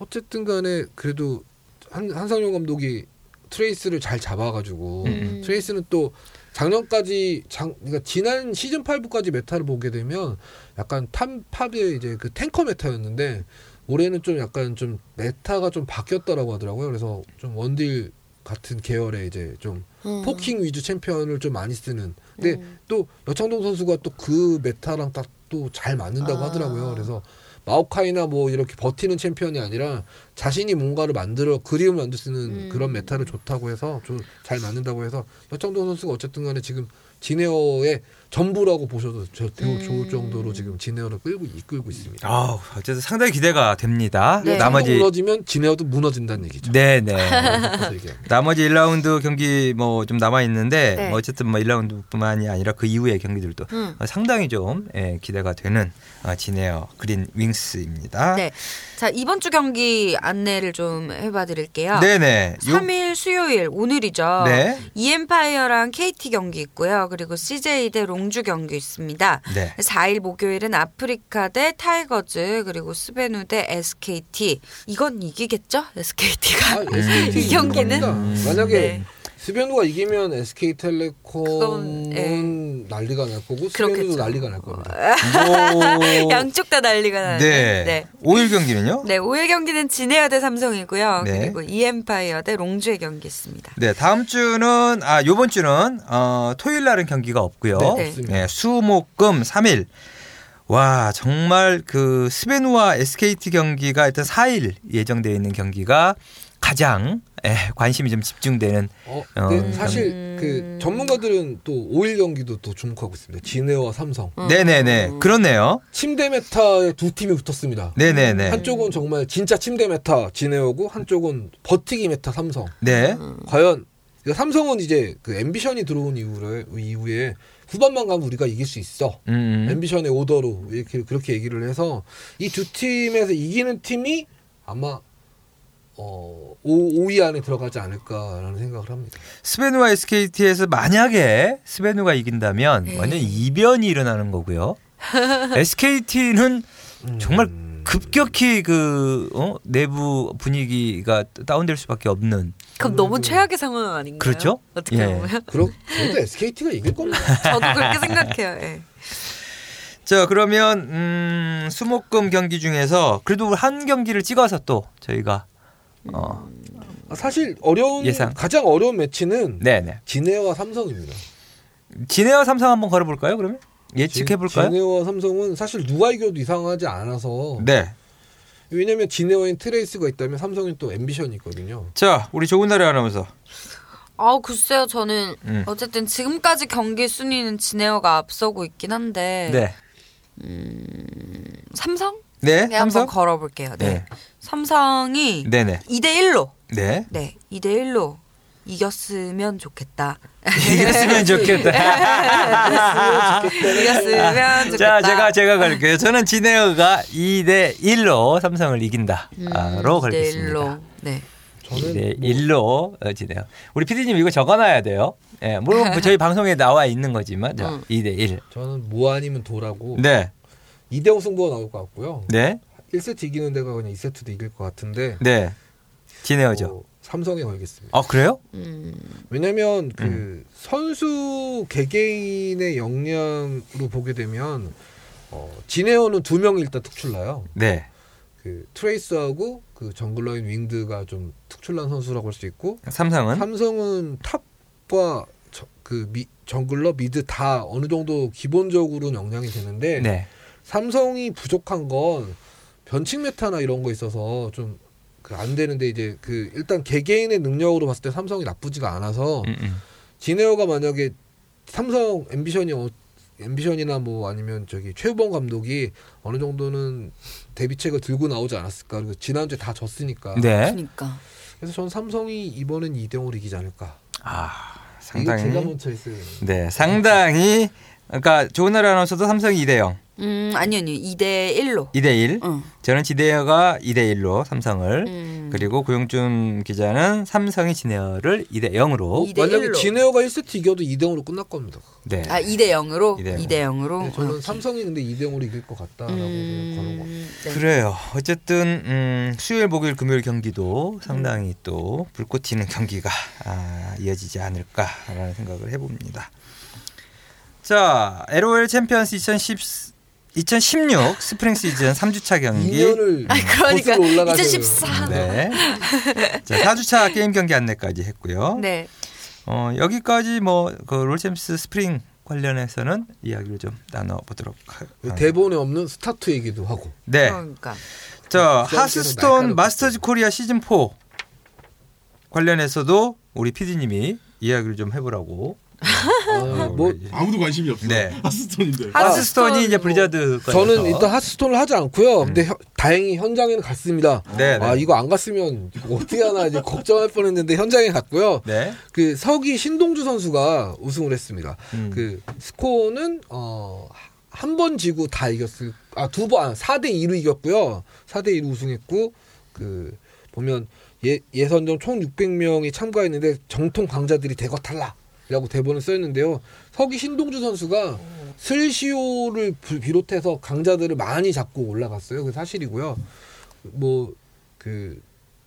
Speaker 3: 어쨌든 간에 그래도 한, 한상용 감독이 트레이스를 잘 잡아가지고
Speaker 1: 음.
Speaker 3: 트레이스는 또 작년까지 장 그러니까 지난 시즌 8부까지 메타를 보게 되면 약간 탑팝의 이제 그 탱커 메타였는데 올해는 좀 약간 좀 메타가 좀 바뀌었다라고 하더라고요. 그래서 좀 원딜 같은 계열의 이제 좀
Speaker 2: 음.
Speaker 1: 음.
Speaker 3: 포킹 위주 챔피언을 좀 많이 쓰는.
Speaker 1: 네.
Speaker 3: 근데 또 여창동 선수가 또 그 메타랑 딱 또 잘 맞는다고
Speaker 2: 아.
Speaker 3: 하더라고요. 그래서 마오카이나 뭐 이렇게 버티는 챔피언이 아니라 자신이 뭔가를 만들어 그림을 만들 수 있는
Speaker 2: 음.
Speaker 3: 그런 메타를 좋다고 해서 좀 잘 맞는다고 해서 여창동 선수가 어쨌든 간에 지금 진에어의 전부라고 보셔도 저,
Speaker 2: 음.
Speaker 3: 좋을 정도로 지금 진에어를 끌고 이끌고 있습니다.
Speaker 1: 아, 어쨌든 상당히 기대가 됩니다.
Speaker 2: 네.
Speaker 3: 나머지
Speaker 1: 나머지
Speaker 3: 무너지면 진에어도 무너진다는 얘기죠.
Speaker 1: 네, 네.
Speaker 3: 그래서 이게
Speaker 1: 나머지 1라운드 경기 뭐 좀 남아 있는데
Speaker 2: 네.
Speaker 1: 뭐 어쨌든 뭐 1라운드뿐만이 아니라 그 이후의 경기들도
Speaker 2: 음.
Speaker 1: 어, 상당히 좀 예, 기대가 되는 어, 진에어 그린 윙스입니다.
Speaker 2: 네. 자, 이번 주 경기 안내를 좀해 봐 드릴게요.
Speaker 1: 네네. 요-
Speaker 2: 3일 수요일 오늘이죠.
Speaker 1: 네.
Speaker 2: 이엠파이어랑 KT 경기 있고요. 그리고 CJ 대 롱주 경기 있습니다.
Speaker 1: 네.
Speaker 2: 4일 목요일은 아프리카 대 타이거즈 그리고 스베누 대 SKT. 이건 이기겠죠? SKT가.
Speaker 3: 아,
Speaker 1: 네.
Speaker 3: SKT
Speaker 2: 이 경기는?
Speaker 1: 음.
Speaker 3: 겁니다. 만약에
Speaker 2: 네.
Speaker 3: 스벤우가 이기면
Speaker 2: 그건, 예.
Speaker 3: SK텔레콤은 난리가 날 거고
Speaker 2: 그렇겠죠.
Speaker 3: 스벤우도 난리가 날 겁니다.
Speaker 1: 요-
Speaker 2: 양쪽 다 난리가
Speaker 1: 네.
Speaker 2: 나는데. 네.
Speaker 1: 오일 경기는요?
Speaker 2: 네, 5일 경기는 진에어 대 삼성이고요.
Speaker 1: 네.
Speaker 2: 그리고 이엠파이어 대 롱주의 경기 있습니다.
Speaker 1: 네, 다음 주는 아 요번 주는 어 토요일 날은 경기가 없고요.
Speaker 3: 네,
Speaker 1: 네,
Speaker 3: 없습니다.
Speaker 1: 수목금 3일. 와, 정말 그 스베누와 SKT 경기가 일단 4일 예정되어 있는 경기가 가장 예, 관심이 좀 집중되는
Speaker 3: 어,
Speaker 1: 어,
Speaker 3: 근데
Speaker 1: 음.
Speaker 3: 사실 그 전문가들은 또 5일 경기도 또 주목하고 있습니다. 진해와 삼성.
Speaker 1: 네네네. 그렇네요.
Speaker 3: 침대 메타에 두 팀이 붙었습니다.
Speaker 1: 네네네.
Speaker 3: 한쪽은 정말 진짜 침대 메타 진해오고 한쪽은 버티기 메타 삼성.
Speaker 1: 네.
Speaker 3: 음. 과연 그러니까 삼성은 이제 그 앰비션이 들어온 이후에 이후에 후반만 가면 우리가 이길 수 있어.
Speaker 1: 음.
Speaker 3: 앰비션의 오더로 이렇게 그렇게 얘기를 해서 이 두 팀에서 이기는 팀이 아마 어 5, 위 안에 들어가지 않을까라는 생각을 합니다.
Speaker 1: 스베누와 SKT에서 만약에 스베누가 이긴다면
Speaker 2: 네.
Speaker 1: 완전 이변이 일어나는 거고요. SKT는 정말 급격히 그 어? 내부 분위기가 다운될 수밖에 없는
Speaker 2: 그럼 너무 최악의 상황 아닌가요?
Speaker 1: 음, 그렇죠?
Speaker 2: 어떻게
Speaker 1: 예.
Speaker 2: 보면
Speaker 3: 그럼 그래도 SKT가 이길 겁니다.
Speaker 2: 저도 그렇게 생각해요. 예.
Speaker 1: 자 그러면 음, 수목금 경기 중에서 그래도 우리 한 경기를 찍어서 또 저희가 어
Speaker 2: 음.
Speaker 3: 사실 어려운
Speaker 1: 예상.
Speaker 3: 가장 어려운 매치는
Speaker 1: 네네
Speaker 3: 진해와 삼성입니다.
Speaker 1: 진해와 삼성 한번 걸어볼까요 그러면 예측해 볼까요?
Speaker 3: 진에어와 삼성은 사실 누가 이겨도 이상하지 않아서
Speaker 1: 네.
Speaker 3: 왜냐면 진에어엔 트레이스가 있다면 삼성엔 또 앰비션이 있거든요.
Speaker 1: 자, 우리 좋은 날에 아나면서
Speaker 2: 아 글쎄요 저는
Speaker 1: 음.
Speaker 2: 어쨌든 지금까지 경기 순위는 진에어가 앞서고 있긴 한데
Speaker 1: 네.
Speaker 2: 삼성?
Speaker 1: 네.
Speaker 2: 네, 한번
Speaker 1: 삼성.
Speaker 2: 걸어볼게요. 네.
Speaker 1: 네.
Speaker 2: 삼성이
Speaker 1: 네, 네.
Speaker 2: 2대 1로
Speaker 1: 네.
Speaker 2: 네, 2대 1로 이겼으면 좋겠다. 네.
Speaker 1: 이겼으면 그 좋겠다.
Speaker 2: 이겼으면 좋겠다.
Speaker 1: 자, 제가 제가 갈게요. 저는 진에어가 2대 1로 삼성을 이긴다. 아로 걸겠습니다.
Speaker 2: 음, 2대1로. 네.
Speaker 3: 저는
Speaker 1: 2대 1로 진에어. 우리 PD님 이거 적어놔야 돼요. 예, 물론 그 저희 방송에 나와 있는 거지만 자,
Speaker 2: 음.
Speaker 1: 2대 1.
Speaker 3: 저는 모 아니면 도라고
Speaker 1: 네.
Speaker 3: 이 2대0 승부가 나올 것 같고요.
Speaker 1: 네.
Speaker 3: 1세트 이기는 데가 그냥 2세트도 이길 것 같은데
Speaker 1: 네. 진에어죠.
Speaker 3: 어, 삼성에 걸겠습니다.
Speaker 1: 아, 그래요?
Speaker 2: 음,
Speaker 3: 왜냐면 그 선수 개개인의 역량으로 보게 되면 어, 진에어는 두 명이 일단 특출나요.
Speaker 1: 네.
Speaker 3: 그 트레이스하고 그 정글러인 윙드가 좀 특출난 선수라고 할 수 있고
Speaker 1: 삼성은
Speaker 3: 삼성은 탑과 저- 그 미- 정글러 미드 다 어느 정도 기본적으로는 역량이 되는데
Speaker 1: 네.
Speaker 3: 삼성이 부족한 건 변칙 메타나 이런 거 있어서 좀 그 안 되는데 이제 그 일단 개개인의 능력으로 봤을 때 삼성이 나쁘지가 않아서
Speaker 1: 음, 음.
Speaker 3: 진에어가 만약에 삼성 앰비션이 어, 앰비션이나 뭐 아니면 저기 최우범 감독이 어느 정도는 대비책을 들고 나오지 않았을까 그리고 지난주에 다 졌으니까
Speaker 1: 네.
Speaker 2: 그러니까.
Speaker 3: 그래서 전 삼성이 이번엔 2대0으로 이기지 않을까
Speaker 1: 아,
Speaker 3: 이거 제가
Speaker 1: 상당히
Speaker 3: 먼저 했어요
Speaker 1: 네, 상당히 그러니까 좋은 날 아나운서도 삼성이 2대 0.
Speaker 2: 음, 아니요, 아니요. 2대 1로.
Speaker 1: 2대 1.
Speaker 2: 응.
Speaker 1: 저는 지대여가 2대 1로 삼성을
Speaker 2: 음.
Speaker 1: 그리고 고용준 기자는 삼성이 진에어를 2대 0으로.
Speaker 2: 이- 2대1
Speaker 3: 만약에
Speaker 2: 로.
Speaker 3: 진에어가 1세트 이겨도 2대0으로 끝날 겁니다
Speaker 1: 네.
Speaker 2: 아, 2대 0으로.
Speaker 1: 2대 0으로.
Speaker 2: 2대 0으로.
Speaker 3: 네, 저는 삼성이 근데 2대0으로 이길 것 같다라고
Speaker 2: 음.
Speaker 3: 그냥 거는 거
Speaker 1: 음,
Speaker 2: 네.
Speaker 1: 그래요. 어쨌든 음, 수요일, 목요일, 금요일
Speaker 2: 음.
Speaker 1: 경기도 상당히 또 불꽃 튀는 경기가 아, 이어지지 않을까라는 생각을 해봅니다. 자, LOL 챔피언스 2010 2016 스프링 시즌 3주차 경기.
Speaker 3: 2년을
Speaker 2: 그러니까
Speaker 3: 고수로 올라가서
Speaker 2: 2014.
Speaker 1: 네. 자, 4주차 게임 경기 안내까지 했고요.
Speaker 2: 네.
Speaker 1: 어, 여기까지 뭐그 롤챔스 스프링 관련해서는 이야기를 좀 나눠 보도록
Speaker 3: 그
Speaker 1: 할까요?
Speaker 3: 대본에 어, 없는 스타트 얘기도 하고
Speaker 1: 네.
Speaker 2: 그러니까.
Speaker 1: 자,
Speaker 3: 그 날카롭게
Speaker 1: 하스스톤
Speaker 3: 했죠.
Speaker 1: 마스터즈 코리아 시즌 4 관련해서도 우리 PD님이 이야기를 좀 해보라고.
Speaker 2: 네.
Speaker 3: 아, 뭐 아,
Speaker 4: 아무도 관심이 없어.
Speaker 1: 네.
Speaker 4: 하스톤인데.
Speaker 2: 하-
Speaker 1: 하스스톤이 이제
Speaker 2: 뭐.
Speaker 1: 블리자드
Speaker 3: 저는 일단 하스톤을 하지 않고요. 근데 혀- 다행히 현장에는 갔습니다.
Speaker 1: 음. 네, 네.
Speaker 3: 아 이거 안 갔으면 이거 어떻게 하나 이제 걱정할 뻔했는데 현장에 갔고요.
Speaker 1: 네.
Speaker 3: 그 서기 신동주 선수가 우승을 했습니다.
Speaker 1: 음.
Speaker 3: 그 스코어는 어한 번 지고 다 이겼을 아두번 4대 2로 이겼고요. 4대 2로 우승했고 그 보면 예, 예선전 총 600명이 참가했는데 정통 강자들이 대거 탈락이라고 대본을 써 있는데요. 서기 신동주 선수가 슬시오를 부- 비롯해서 강자들을 많이 잡고 올라갔어요. 그 사실이고요. 뭐 그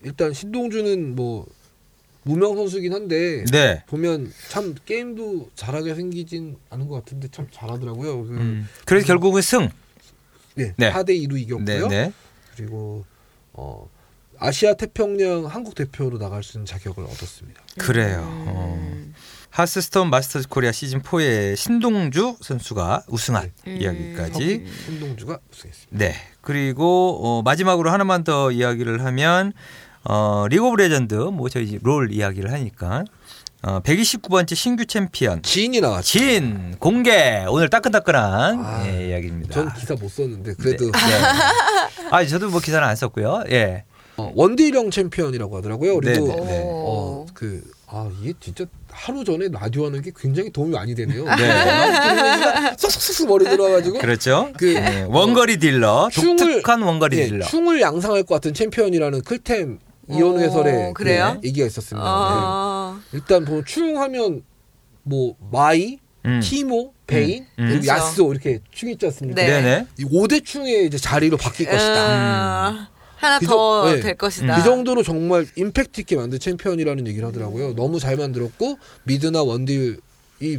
Speaker 3: 일단 신동주는 뭐 무명 선수긴 한데
Speaker 1: 네.
Speaker 3: 보면 참 게임도 잘하게 생기진 않은 것 같은데 참 잘하더라고요. 그,
Speaker 1: 음. 그래서 결국은 승.
Speaker 3: 네,
Speaker 1: 네.
Speaker 3: 4대 2로
Speaker 1: 네,
Speaker 3: 이겼고요.
Speaker 1: 네.
Speaker 3: 그리고 어, 아시아 태평양 한국 대표로 나갈 수 있는 자격을 얻었습니다.
Speaker 1: 그래요.
Speaker 3: 음.
Speaker 1: 어. 하스스톤 마스터즈 코리아 시즌 4의 신동주 선수가 우승한
Speaker 3: 네. 음.
Speaker 1: 이야기까지.
Speaker 3: 어, 신동주가 우승했습니다.
Speaker 1: 네. 그리고 어, 마지막으로 하나만 더 이야기를 하면 어, 리그 오브 레전드 뭐 저희 이제 롤 이야기를 하니까 어, 129번째 신규 챔피언
Speaker 3: 지인이 나왔죠.
Speaker 1: 진 공개 오늘 따끈따끈한
Speaker 3: 아,
Speaker 1: 예, 이야기입니다.
Speaker 3: 전 기사 못 썼는데 그래도
Speaker 1: 네. 네. 아 저도 뭐 기사는 안 썼고요. 예.
Speaker 3: 어, 원딜형 챔피언이라고 하더라고요. 우리도 어,
Speaker 1: 네, 네.
Speaker 2: 오.
Speaker 3: 어그아 이게 진짜 하루 전에 라디오 하는 게 굉장히 도움이 많이 되네요. 어,
Speaker 1: 네.
Speaker 3: 라디오 들으면 그냥 쏙쏙쏙 머리 들어가지고
Speaker 1: 그렇죠.
Speaker 3: 그-
Speaker 1: 예, 원거리 딜러
Speaker 3: 흉을-
Speaker 1: 독특한 원거리
Speaker 3: 예,
Speaker 1: 딜러.
Speaker 3: 흉을 양상할 것 같은 챔피언이라는 클템 이현우
Speaker 2: 오,
Speaker 3: 해설의 그
Speaker 2: 그래요?
Speaker 3: 얘기가
Speaker 1: 음,
Speaker 3: 있었습니다.
Speaker 2: 어.
Speaker 3: 네. 일단 보면 충하면 뭐 마이,
Speaker 1: 음.
Speaker 3: 티모, 베인,
Speaker 1: 음. 음.
Speaker 3: 그리고
Speaker 2: 그렇죠.
Speaker 3: 야스오 이렇게 충 있지 않습니까?
Speaker 2: 네.
Speaker 1: 네네.
Speaker 3: 이 5대 충의 이제 자리로
Speaker 1: 네.
Speaker 3: 바뀔 것이다.
Speaker 2: 음. 하나
Speaker 3: 그
Speaker 2: 더
Speaker 3: 정-
Speaker 2: 될
Speaker 3: 네.
Speaker 2: 것이다.
Speaker 3: 그 정도로 정말 임팩트 있게 만든 챔피언이라는 얘기를 하더라고요. 너무 잘 만들었고 미드나 원딜이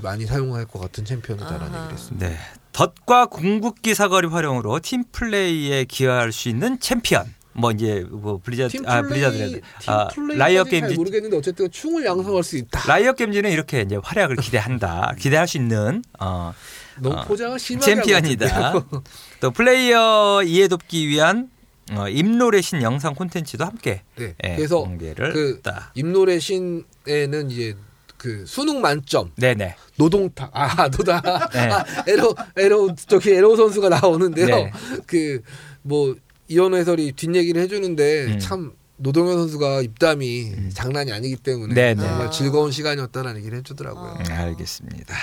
Speaker 3: 많이 사용할 것 같은 챔피언이다라는
Speaker 2: 아하.
Speaker 3: 얘기를 했습니다.
Speaker 1: 네. 덫과 궁극기 사거리 활용으로 팀 플레이에 기여할 수 있는 챔피언. 뭐 이제 뭐 블리자드
Speaker 3: 팀
Speaker 1: 아
Speaker 3: 플레이,
Speaker 1: 블리자드
Speaker 3: 팀
Speaker 1: 아
Speaker 3: 플레이까지
Speaker 1: 라이어
Speaker 3: 잘
Speaker 1: 게임즈
Speaker 3: 모르겠는데 어쨌든 충을 양성할 수 있다.
Speaker 1: 라이어 게임즈는 이렇게 이제 활약을 기대한다 기대할 수 있는 어,
Speaker 3: 너무
Speaker 1: 어,
Speaker 3: 포장을 심하게 한것
Speaker 1: 챔피언이다.
Speaker 3: 같은데요.
Speaker 1: 또 플레이어 이해돕기 위한 어, 임노래 신 영상 콘텐츠도 함께
Speaker 3: 네.
Speaker 1: 예,
Speaker 3: 그래서
Speaker 1: 공개를
Speaker 3: 그-
Speaker 1: 했다.
Speaker 3: 임노래 신에는 이제 그 수능 만점
Speaker 1: 네네.
Speaker 3: 노동탕 아 노다
Speaker 1: 네.
Speaker 3: 아, 에로 에로 저기 에로 선수가 나오는데요.
Speaker 1: 네.
Speaker 3: 그 뭐 이현우 해설이 뒷얘기를 해주는데
Speaker 1: 음.
Speaker 3: 참 노동현 선수가 입담이 장난이 아니기 때문에
Speaker 1: 네, 네.
Speaker 3: 정말
Speaker 2: 아.
Speaker 3: 즐거운 시간이었다라는 얘기를 해주더라고요.
Speaker 2: 아.
Speaker 6: 음, 알겠습니다.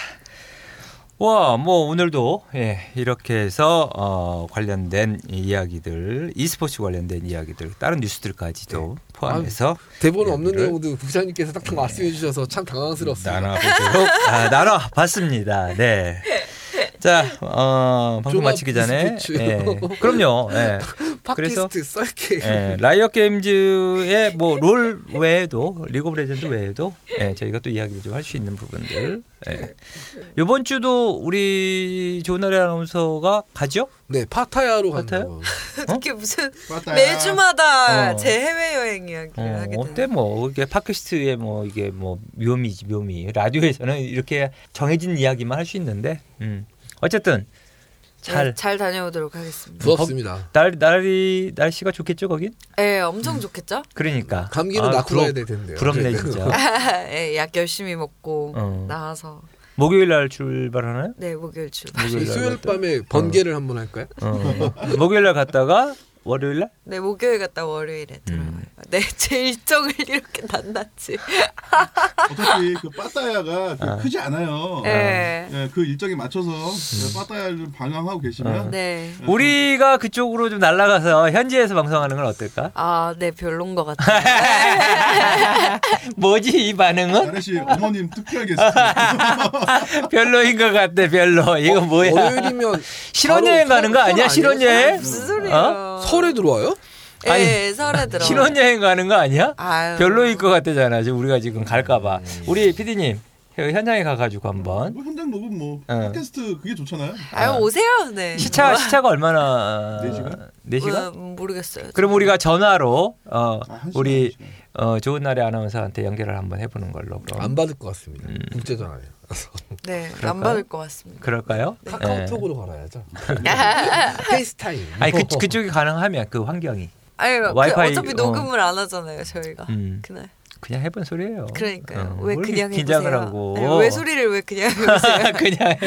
Speaker 1: 와, 뭐 오늘도 예, 이렇게 해서 어, 관련된 이야기들, e스포츠 관련된 이야기들, 다른 뉴스들까지도
Speaker 6: 네.
Speaker 1: 포함해서
Speaker 3: 대본 없는
Speaker 1: 얘기를
Speaker 3: 내용도 부사님께서 딱 말씀해 주셔서 참 당황스럽습니다.
Speaker 1: 나눠보도록 아, 나눠봤습니다. 네. 자, 어, 방송
Speaker 3: 종합
Speaker 1: 마치기 전에
Speaker 3: e스포츠.
Speaker 1: 예, 그럼요. 예. 그래서
Speaker 3: 팟캐스트 썰게
Speaker 1: 예, 라이어 게임즈의 뭐 롤 외에도 리그 오브 레전드 외에도 예, 저희가 또 이야기를 좀 할 수 있는 부분들. 예. 이번 주도 우리 조나래 아나운서가 가죠?
Speaker 3: 네 파타야로 간다고
Speaker 1: 파타야?
Speaker 2: 그게 무슨
Speaker 3: 어?
Speaker 4: 맞다.
Speaker 2: 매주마다
Speaker 1: 어.
Speaker 2: 제 해외여행 이야기를
Speaker 1: 어,
Speaker 2: 하게
Speaker 1: 어때
Speaker 2: 되는
Speaker 1: 뭐 이게 팟캐스트의 뭐 이게 뭐 묘미지 묘미. 라디오에서는 이렇게 정해진 이야기만 할 수 있는데. 음. 어쨌든 잘
Speaker 2: 네, 잘 다녀오도록 하겠습니다.
Speaker 3: 부럽습니다.
Speaker 1: 날, 날이 날씨가 좋겠죠 거긴?
Speaker 2: 예, 엄청 좋겠죠?
Speaker 1: 그러니까
Speaker 3: 감기는 낳고
Speaker 1: 부럽-
Speaker 3: 가야 될 텐데요.
Speaker 1: 부럽네 진짜.
Speaker 2: 예, 약 열심히 먹고
Speaker 1: 어.
Speaker 2: 나와서
Speaker 1: 목요일 날 출발하나요?
Speaker 2: 네 목요일 출발.
Speaker 1: 목요일
Speaker 3: 이
Speaker 1: 날
Speaker 3: 수요일
Speaker 1: 갔다-
Speaker 3: 밤에 번개를 한번 할까요?
Speaker 1: 어. 목요일 날 갔다가 월요일 날
Speaker 2: 네 목요일 갔다 월요일에 들어와요.
Speaker 1: 음.
Speaker 2: 네 제 일정을 이렇게 낱낱이.
Speaker 4: 어차피 그 빠따야가 그 크지 않아요.
Speaker 1: 어.
Speaker 2: 예.
Speaker 4: 예, 그 일정에 맞춰서
Speaker 1: 음.
Speaker 4: 빠따야를 방황하고 계시면
Speaker 1: 아.
Speaker 2: 네.
Speaker 1: 우리가 그쪽으로 좀 날아가서 현지에서 방송하는 건 어떨까?
Speaker 2: 아, 네, 별론 것 같아요.
Speaker 1: 뭐지 이 반응은?
Speaker 4: 나래 씨 어머님 투표하겠습니다.
Speaker 1: 별로인 것 같아 별로. 이거 뭐야?
Speaker 3: 어, 월요일이면
Speaker 1: 신혼여행
Speaker 3: 바로
Speaker 1: 가는 거
Speaker 3: 설-
Speaker 1: 아니야?
Speaker 3: 설
Speaker 1: 신혼여행?
Speaker 3: 음.
Speaker 2: 무슨 소리예요?
Speaker 3: 설에 들어와요?
Speaker 2: 예,
Speaker 1: 어? 아니,
Speaker 2: 설에 들어.
Speaker 1: 신혼여행 가는 거 아니야?
Speaker 2: 아유.
Speaker 1: 별로일 것 같대잖아. 지금 우리가 지금 갈까봐. 우리 PD님 그 현장에 가가지고 한번
Speaker 4: 뭐 현장 녹음 뭐
Speaker 1: 어.
Speaker 4: 팟캐스트 그게 좋잖아요.
Speaker 2: 아유 오세요. 네.
Speaker 3: 뭐?
Speaker 1: 시차 시차가 얼마나?
Speaker 4: 네 시간?
Speaker 1: 네 시간?
Speaker 2: 음, 모르겠어요.
Speaker 1: 그럼 우리가 전화로 어,
Speaker 4: 아, 한 시간, 한
Speaker 1: 우리
Speaker 4: 시간.
Speaker 1: 어, 좋은 날의 아나운서한테 연결을 한번 해보는 걸로 그럼
Speaker 3: 안 받을 것 같습니다. 국제 전화예요.
Speaker 2: 네, 안
Speaker 1: 그럴까요?
Speaker 2: 받을 것 같습니다.
Speaker 1: 그럴까요? 예.
Speaker 3: 카카오톡으로 걸어야죠. 페이스타임.
Speaker 1: 아니 그, 그쪽이 가능하면 그 환경이
Speaker 2: 아니, 그
Speaker 1: 와이파이,
Speaker 2: 어차피
Speaker 1: 어.
Speaker 2: 녹음을 안 하잖아요, 저희가.
Speaker 1: 음.
Speaker 2: 그날.
Speaker 1: 그냥 해본 소리예요.
Speaker 2: 그러니까요.
Speaker 1: 어,
Speaker 2: 왜
Speaker 1: 뭘
Speaker 2: 그냥
Speaker 1: 긴장을
Speaker 2: 해보세요?
Speaker 1: 하고
Speaker 2: 네, 왜 소리를 왜 그냥 해보세요?
Speaker 1: 그냥 해.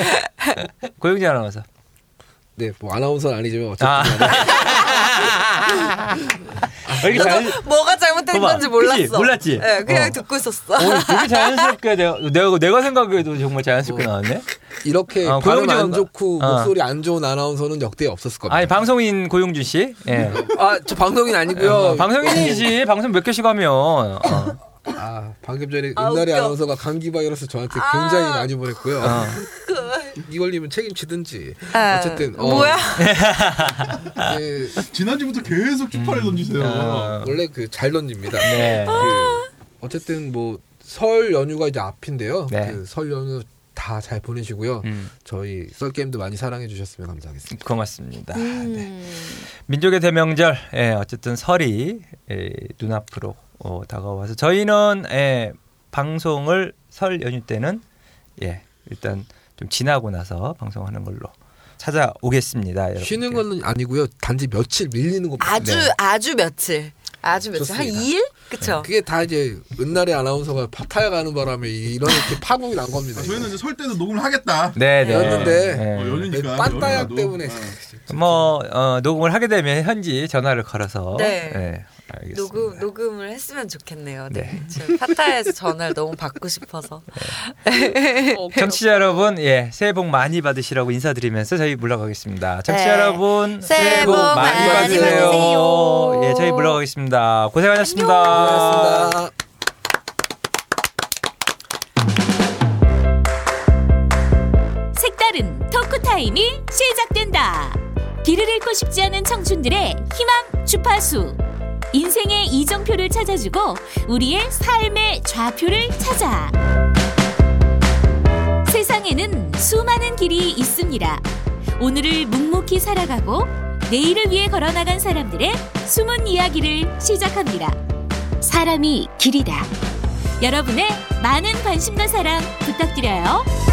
Speaker 1: 고영재 아나운서
Speaker 3: 네, 뭐 아나운서는 아니지만 어쨌든
Speaker 1: 아. 왜 아, 이렇게 자연
Speaker 2: 뭐가 잘못된
Speaker 1: 봐봐.
Speaker 2: 건지 몰랐어.
Speaker 1: 그치? 몰랐지?
Speaker 2: 네, 그냥
Speaker 1: 어.
Speaker 2: 듣고 있었어.
Speaker 1: 오늘 되게 자연스럽게 내가, 내가 내가 생각해도 정말 자연스럽게 나왔네.
Speaker 3: 이렇게
Speaker 1: 어,
Speaker 3: 표정이
Speaker 1: 과거가-
Speaker 3: 안 좋고
Speaker 1: 어.
Speaker 3: 목소리 안 좋은 아나운서는 역대 없었을 겁니다.
Speaker 1: 아니 방송인 고용준 씨, 예.
Speaker 3: 아, 저 방송인 아니고요.
Speaker 1: 어, 방송인이지 방송 몇 개씩 하면 어.
Speaker 3: 아, 방금 전에
Speaker 2: 아,
Speaker 3: 은날의
Speaker 2: 웃겨.
Speaker 3: 아나운서가 감기 바이러스 저한테 굉장히 많이 보냈고요.
Speaker 1: 어.
Speaker 3: 이걸리면 책임지든지.
Speaker 2: 아,
Speaker 3: 어쨌든 어,
Speaker 2: 뭐야?
Speaker 3: 예,
Speaker 4: 지난주부터 계속
Speaker 1: 음.
Speaker 4: 주파를 던지세요.
Speaker 1: 어.
Speaker 3: 원래 그 잘 던집니다.
Speaker 1: 네.
Speaker 3: 그 어쨌든 뭐 설 연휴가 이제 앞인데요.
Speaker 1: 네.
Speaker 3: 그 설 연휴 다 잘 보내시고요.
Speaker 1: 음,
Speaker 3: 저희 썰 게임도 많이 사랑해 주셨으면 감사하겠습니다.
Speaker 1: 고맙습니다. 네.
Speaker 2: 음.
Speaker 1: 민족의 대명절, 예, 어쨌든 설이 예, 눈앞으로 어, 다가와서 저희는 예, 방송을 설 연휴 때는 예, 일단 좀 지나고 나서 방송하는 걸로 찾아오겠습니다. 여러분께.
Speaker 3: 쉬는 건 아니고요. 단지 며칠 밀리는 것
Speaker 2: 아주
Speaker 1: 네.
Speaker 2: 아주 며칠. 아주 며칠 한
Speaker 3: 좋습니다.
Speaker 2: 2일? 그쵸?
Speaker 3: 그게 다 이제 은날의 아나운서가 파타야 가는 바람에 이런 이렇게 파국이 난 겁니다.
Speaker 4: 아, 저희는 이제 설 때도 녹음을 하겠다.
Speaker 1: 네, 네.
Speaker 3: 였는데
Speaker 1: 예.
Speaker 4: 어, 연휴니까.
Speaker 3: 빤따약
Speaker 4: 연휴라도.
Speaker 3: 때문에
Speaker 4: 어.
Speaker 1: 뭐 어, 녹음을 하게 되면 현지 전화를 걸어서
Speaker 2: 네.
Speaker 1: 예, 알겠습니다.
Speaker 2: 녹음 녹음을 했으면 좋겠네요. 네.
Speaker 1: 네.
Speaker 2: 지금 파타야에서 전화를 너무 받고 싶어서.
Speaker 1: 청취자 여러분, 예, 새해 복 많이 받으시라고 인사드리면서 저희 물러가겠습니다. 청취자
Speaker 2: 네.
Speaker 1: 여러분,
Speaker 2: 새해 복 많이 받으세요.
Speaker 1: 예, 저희 물러가겠습니다. 고생하셨습니다.
Speaker 3: 반갑습니다.
Speaker 7: 색다른 토크 타임이 시작된다. 길을 잃고 싶지 않은 청춘들의 희망 주파수. 인생의 이정표를 찾아주고 우리의 삶의 좌표를 찾아. 세상에는 수많은 길이 있습니다. 오늘을 묵묵히 살아가고 내일을 위해 걸어나간 사람들의 숨은 이야기를 시작합니다. 사람이 길이다. 여러분의 많은 관심과 사랑 부탁드려요.